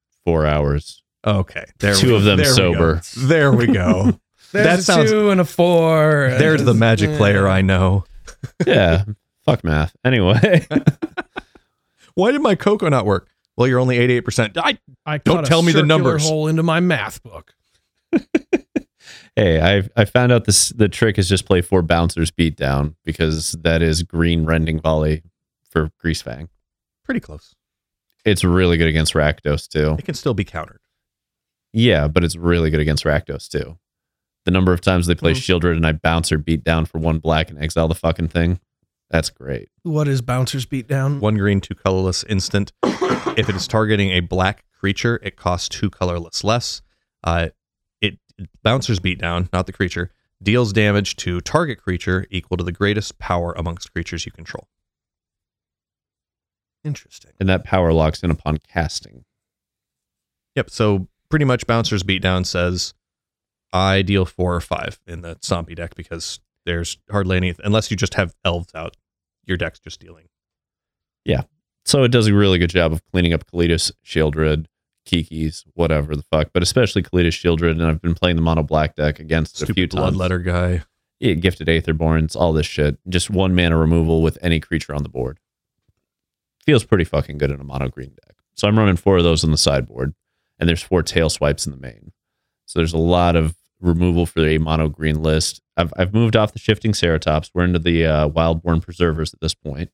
S3: four hours.
S1: Okay. There
S3: Two
S1: we-
S3: of them
S1: there we go.
S3: sober.
S1: there we go.
S2: it? There's
S1: That
S2: a
S1: sounds-
S2: two and a four. and-
S1: There's the Magic
S2: Yeah.
S1: player I know.
S3: Yeah, fuck math. Anyway,
S1: Why did my cocoa not work? Well, you're only 88%. I,
S2: I
S1: Don't
S2: cut a
S1: tell me the
S2: circular
S1: numbers.
S2: hole into my math book.
S3: hey, I I found out this the trick is just play four bouncers beat down because that is green rending volley for Grease Fang.
S1: pretty close.
S3: It's really good against Rakdos too.
S1: It can still be countered.
S3: Yeah, but it's really good against Rakdos too. The number of times they play Shieldred and I bouncer beat down for one black and exile the fucking thing. That's great.
S2: What is Bouncer's Beatdown?
S1: One green, two colorless instant. if it is targeting a black creature, it costs two colorless less. Uh, it bouncers beatdown, not the creature, deals damage to target creature equal to the greatest power amongst creatures you control.
S2: Interesting.
S3: And that power locks in upon casting.
S1: Yep. So pretty much bouncers beatdown says, I deal four or five in the Stompy deck because there's hardly any unless you just have elves out. Your deck's just dealing.
S3: So it does a really good job of cleaning up Kalidas, Shieldred, Kiki's, whatever the fuck, but especially Kalidas, Shieldred, and I've been playing the mono black deck against it a few
S1: Stupid
S3: times.
S1: bloodletter guy.
S3: Yeah, gifted Aetherborns, all this shit. Just one mana removal with any creature on the board. Feels pretty fucking good in a mono green deck. So I'm running four of those on the sideboard, and there's four tail swipes in the main. So there's a lot of removal for a mono green list. I've, I've moved off the shifting Ceratops. We're into the uh, Wildborn Preservers at this point,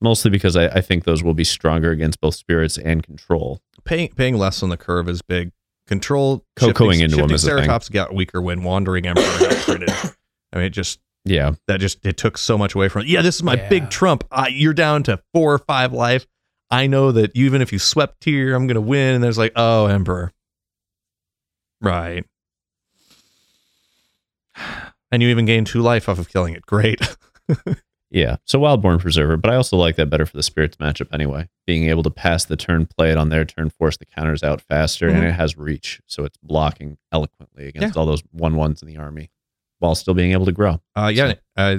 S3: mostly because I, I think those will be stronger against both spirits and control.
S1: Paying paying less on the curve is big. Control
S3: Cocoing
S1: shifting-
S3: into him
S1: shifting
S3: is a thing.
S1: Ceratops got weaker when Wandering Emperor got traded. I mean, it just
S3: Yeah.
S1: that just it took so much away from it. Yeah, this is my
S2: Yeah.
S1: big trump. I, you're down to four or five life. I know that even if you swept here, I'm gonna win. And there's like, oh, Emperor, right? And you even gain two life off of killing it. Great.
S3: Yeah. So Wildborn Preserver, but I also like that better for the Spirits matchup anyway. Being able to pass the turn, play it on their turn, force the counters out faster, and
S1: Mhm.
S3: it has reach. So it's blocking eloquently against all those one ones in the army while still being able to grow.
S1: Uh, yeah,
S3: So-
S1: uh,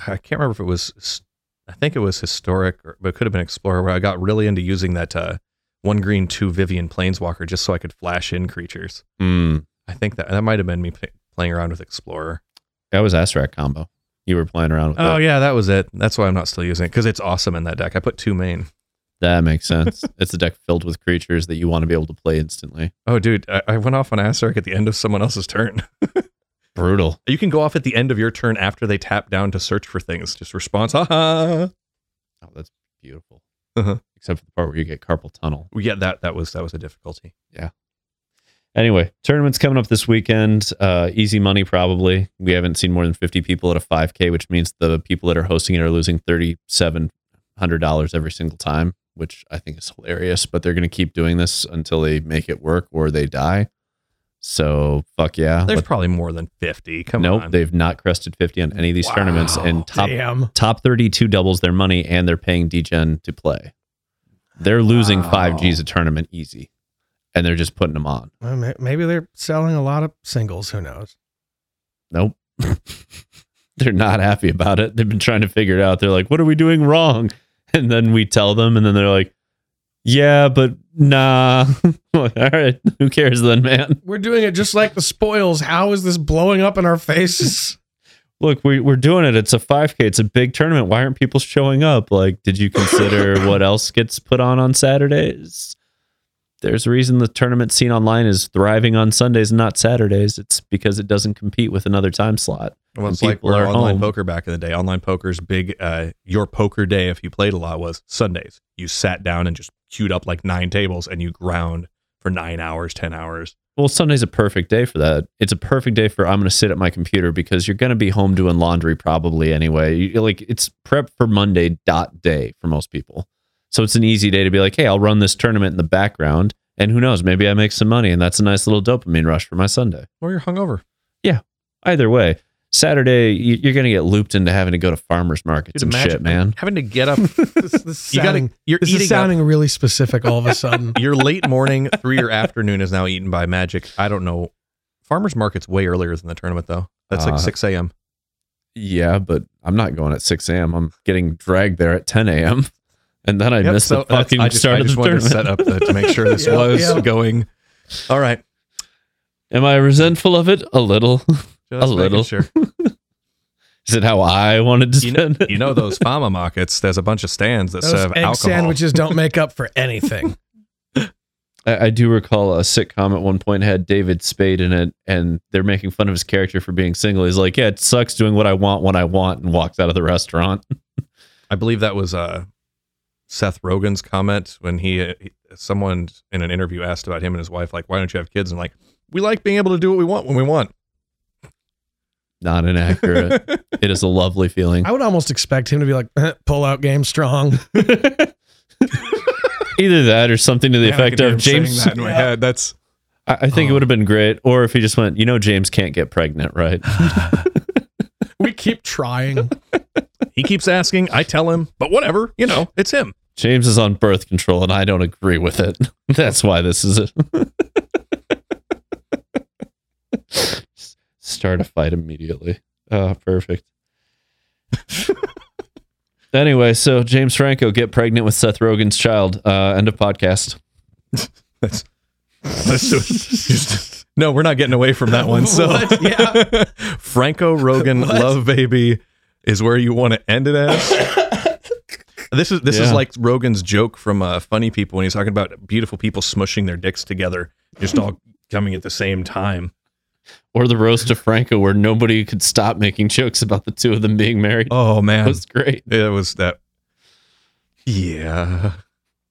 S1: I can't remember if it was, s- I think it was historic, or, but it could have been Explorer, where I got really into using that uh, one green, two Vivian Planeswalker just so I could flash in creatures.
S3: Mm,
S1: I think that that might have been me p- playing around with Explorer.
S3: that was Astrak combo. You were playing around with
S1: Oh,
S3: that.
S1: yeah, that was it. That's why I'm not still using it because it's awesome in that deck. I put two main.
S3: That makes sense. it's a deck filled with creatures that you want to be able to play instantly.
S1: Oh, dude, I, I went off on Asterix at the end of someone else's turn.
S3: Brutal.
S1: You can go off at the end of your turn after they tap down to search for things. Just response, haha.
S3: Oh, that's beautiful.
S1: Uh-huh.
S3: Except for the part where you get carpal tunnel.
S1: Yeah, that that was that was a difficulty.
S3: Anyway, tournament's coming up this weekend. Uh, easy money, probably. We haven't seen more than 50 people at a 5K, which means the people that are hosting it are losing $3,700 every single time, which I think is hilarious. But they're going to keep doing this until they make it work or they die. So, fuck yeah.
S1: There's
S3: Let-
S1: probably more than 50. Come
S3: nope,
S1: on.
S3: they've not crested 50 on any of these tournaments. And top,
S2: Damn.
S3: top 32 doubles their money and they're paying DGen to play. They're losing
S2: Wow.
S3: 5Gs a tournament easy. And they're just putting them on.
S2: Well, may- maybe they're selling a lot of singles. Who knows?
S3: Nope. They're not happy about it. They've been trying to figure it out. They're like, what are we doing wrong? And then we tell them, and then they're like, yeah, but nah. All right. Who cares then, man?
S2: We're doing it just like the spoils. How is this blowing up in our faces?
S3: Look, we, we're doing it. It's a 5K. It's a big tournament. Why aren't people showing up? Like, did you consider what else gets put on on Saturdays? There's a reason the tournament scene online is thriving on Sundays and not Saturdays. It's because it doesn't compete with another time slot.
S1: Well,
S3: and
S1: it's like
S3: people
S1: where
S3: are
S1: online
S3: home.
S1: poker back in the day. Online poker's big, uh, your poker day, if you played a lot, was Sundays. You sat down and just queued up like nine tables and you ground for nine hours, 10 hours.
S3: Well, Sunday's a perfect day for that. It's a perfect day for I'm going to sit at my computer because you're going to be home doing laundry probably anyway. You- like it's prep for Monday dot day for most people. So it's an easy day to be like, hey, I'll run this tournament in the background, and who knows, maybe I make some money, and that's a nice little dopamine rush for my Sunday.
S1: Or you're hungover.
S3: Either way, Saturday you- you're going to get looped into having to go to farmers markets
S1: Dude,
S3: and shit, man.
S1: Having to get up.
S2: this this is
S1: you
S2: sounding,
S1: gotta, you're
S2: this
S1: eating
S2: is sounding really specific all of a sudden.
S1: up. Your late morning, three or afternoon is now eaten by magic. I don't know. Farmer's market's way earlier than the tournament, though. That's
S3: Uh,
S1: like 6 a.m.
S3: Yeah, but I'm not going at 6 a.m. I'm getting dragged there at 10 a.m. And then I
S1: Yep,
S3: miss
S1: so
S3: the
S1: that's-
S3: fucking
S1: I just,
S3: start
S1: I
S3: of
S1: just
S3: the
S1: wanted to
S3: tournament.
S1: set up the, to make sure this
S2: Yeah,
S1: was
S2: yeah.
S1: going. All right.
S3: Am I resentful of it? A little.
S1: Just making
S3: little.
S1: Sure.
S3: Is it how I wanted to
S1: You know,
S3: spend it?
S1: you know those farmer markets. There's a bunch of stands that
S2: Those
S1: serve
S2: egg
S1: alcohol.
S2: sandwiches don't make up for anything.
S3: I, I do recall a sitcom at one point had David Spade in it, and they're making fun of his character for being single. He's like, "Yeah, it sucks doing what I want when I want," and walks out of the restaurant.
S1: I believe that was uh, Seth Rogen's comment when he, uh, he- someone in an interview asked about him and his wife, like, why don't you have kids? And like, we like being able to do what we want when we want.
S3: Not inaccurate. it is a lovely feeling.
S2: I would almost expect him to be like, "Eh, pull out game strong.
S3: Either that or something to the
S1: Man, I
S3: effect
S1: can hear
S3: of
S1: him saying
S3: James.
S1: that Oh. in my
S2: Yeah.
S1: head. That's
S3: I, I think it would have been great, or if he just went, you know, James can't get pregnant, right?
S2: We keep trying.
S1: he keeps asking. I tell him, but whatever, you know, it's him.
S3: James is on birth control, and I don't agree with it. That's why this is it. Ah, Start a fight immediately. Oh, perfect. Anyway, so James Franco get pregnant with Seth Rogen's child. Uh, end of podcast.
S1: That's, let's do it. Just- no, we're not getting away from that one. So,
S2: What? Yeah.
S1: Franco Rogan
S2: What?
S1: Love Baby is where you want to end it as. This is this is
S3: Yeah.
S1: like Rogan's joke from uh, Funny People when he's talking about beautiful people smushing their dicks together, just all coming at the same time.
S3: Or the roast of Franco, where nobody could stop making jokes about the two of them being married.
S1: Oh
S3: That
S1: man,
S3: was great.
S1: it was that. Yeah,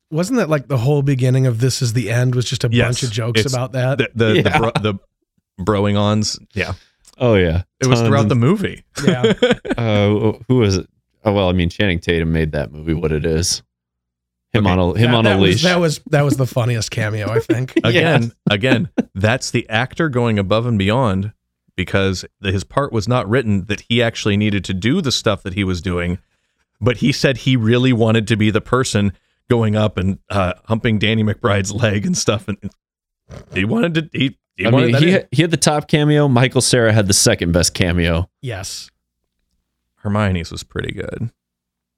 S2: Wasn't that like the whole beginning of This Is the End was just a
S1: Yes.
S2: bunch of jokes
S1: It's-
S2: about that?
S1: the the
S3: Yeah.
S1: the, bro, the broing ons. Yeah,
S3: Oh yeah,
S1: it was
S3: Tons
S1: throughout
S3: of-
S1: the movie.
S2: yeah.
S3: Uh, who was it? Oh well, I mean Channing Tatum made that movie what it is. Him
S1: Okay.
S3: on a him
S2: That-
S3: on
S2: that
S3: a
S2: was-
S3: leash.
S2: that was that was the funniest cameo, I think.
S1: again again that's the actor going above and beyond because the, his part was not written that he actually needed to do the stuff that he was doing but he said he really wanted to be the person going up and uh, humping danny mcbride's leg and stuff and and he wanted to he, he
S3: I
S1: wanted
S3: mean,
S1: that
S3: he
S1: in.
S3: had, he had the top cameo. Michael Sarah had the second best cameo.
S2: Yes.
S1: hermione's was pretty good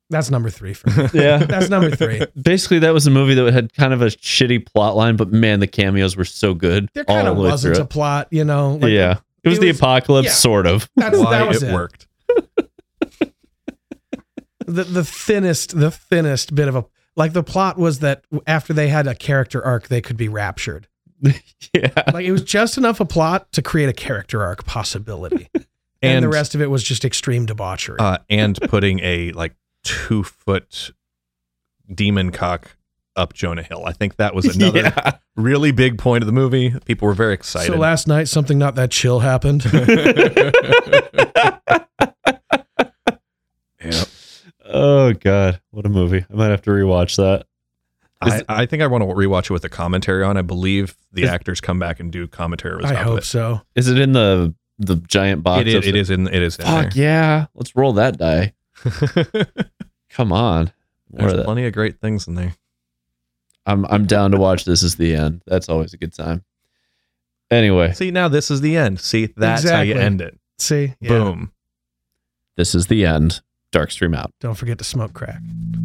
S2: That's number three for me.
S3: Yeah.
S2: That's number three.
S3: Basically, that was a movie that had kind of a shitty plot line, but man, the cameos were so good.
S2: There
S3: all
S2: kind of
S3: the way
S2: wasn't
S3: through
S2: a
S3: it.
S2: plot, you know. like-
S3: yeah. It was
S2: it
S3: the
S2: was-
S3: apocalypse,
S2: yeah.
S3: sort of.
S2: That's,
S1: why
S2: that was
S1: it,
S2: it.
S1: worked
S2: The, the thinnest, the thinnest bit of a like the plot was that after they had a character arc, they could be raptured.
S3: Yeah.
S2: Like it was just enough a plot to create a character arc possibility, and,
S1: and
S2: the rest of it was just extreme debauchery.
S1: uh, and putting a like two foot demon cock up jonah hill i think that was another
S3: yeah.
S1: really big point of the movie. People were very excited.
S2: so last night, something not that chill happened.
S1: yeah.
S3: Oh, God. What a movie. I might have to rewatch that.
S1: I, I think I want to rewatch it with a commentary on. I believe the
S3: Is-
S1: actors come back and do commentary on
S2: I
S1: top of
S2: hope
S1: it.
S2: so.
S3: Is it in the the giant box?
S1: It is, it
S3: upstairs?
S1: is in it is in
S3: Fuck yeah. Let's roll that die.
S1: there.
S3: Come on. More of
S1: There's
S3: that.
S1: plenty of great things in there.
S3: I'm I'm down to watch this is the end. That's always a good time. Anyway,
S1: See now this is the end. See that's how
S2: Exactly.
S1: you end it.
S2: See, Yeah.
S1: Boom.
S3: this is the end. Dark stream out.
S2: Don't forget to smoke crack.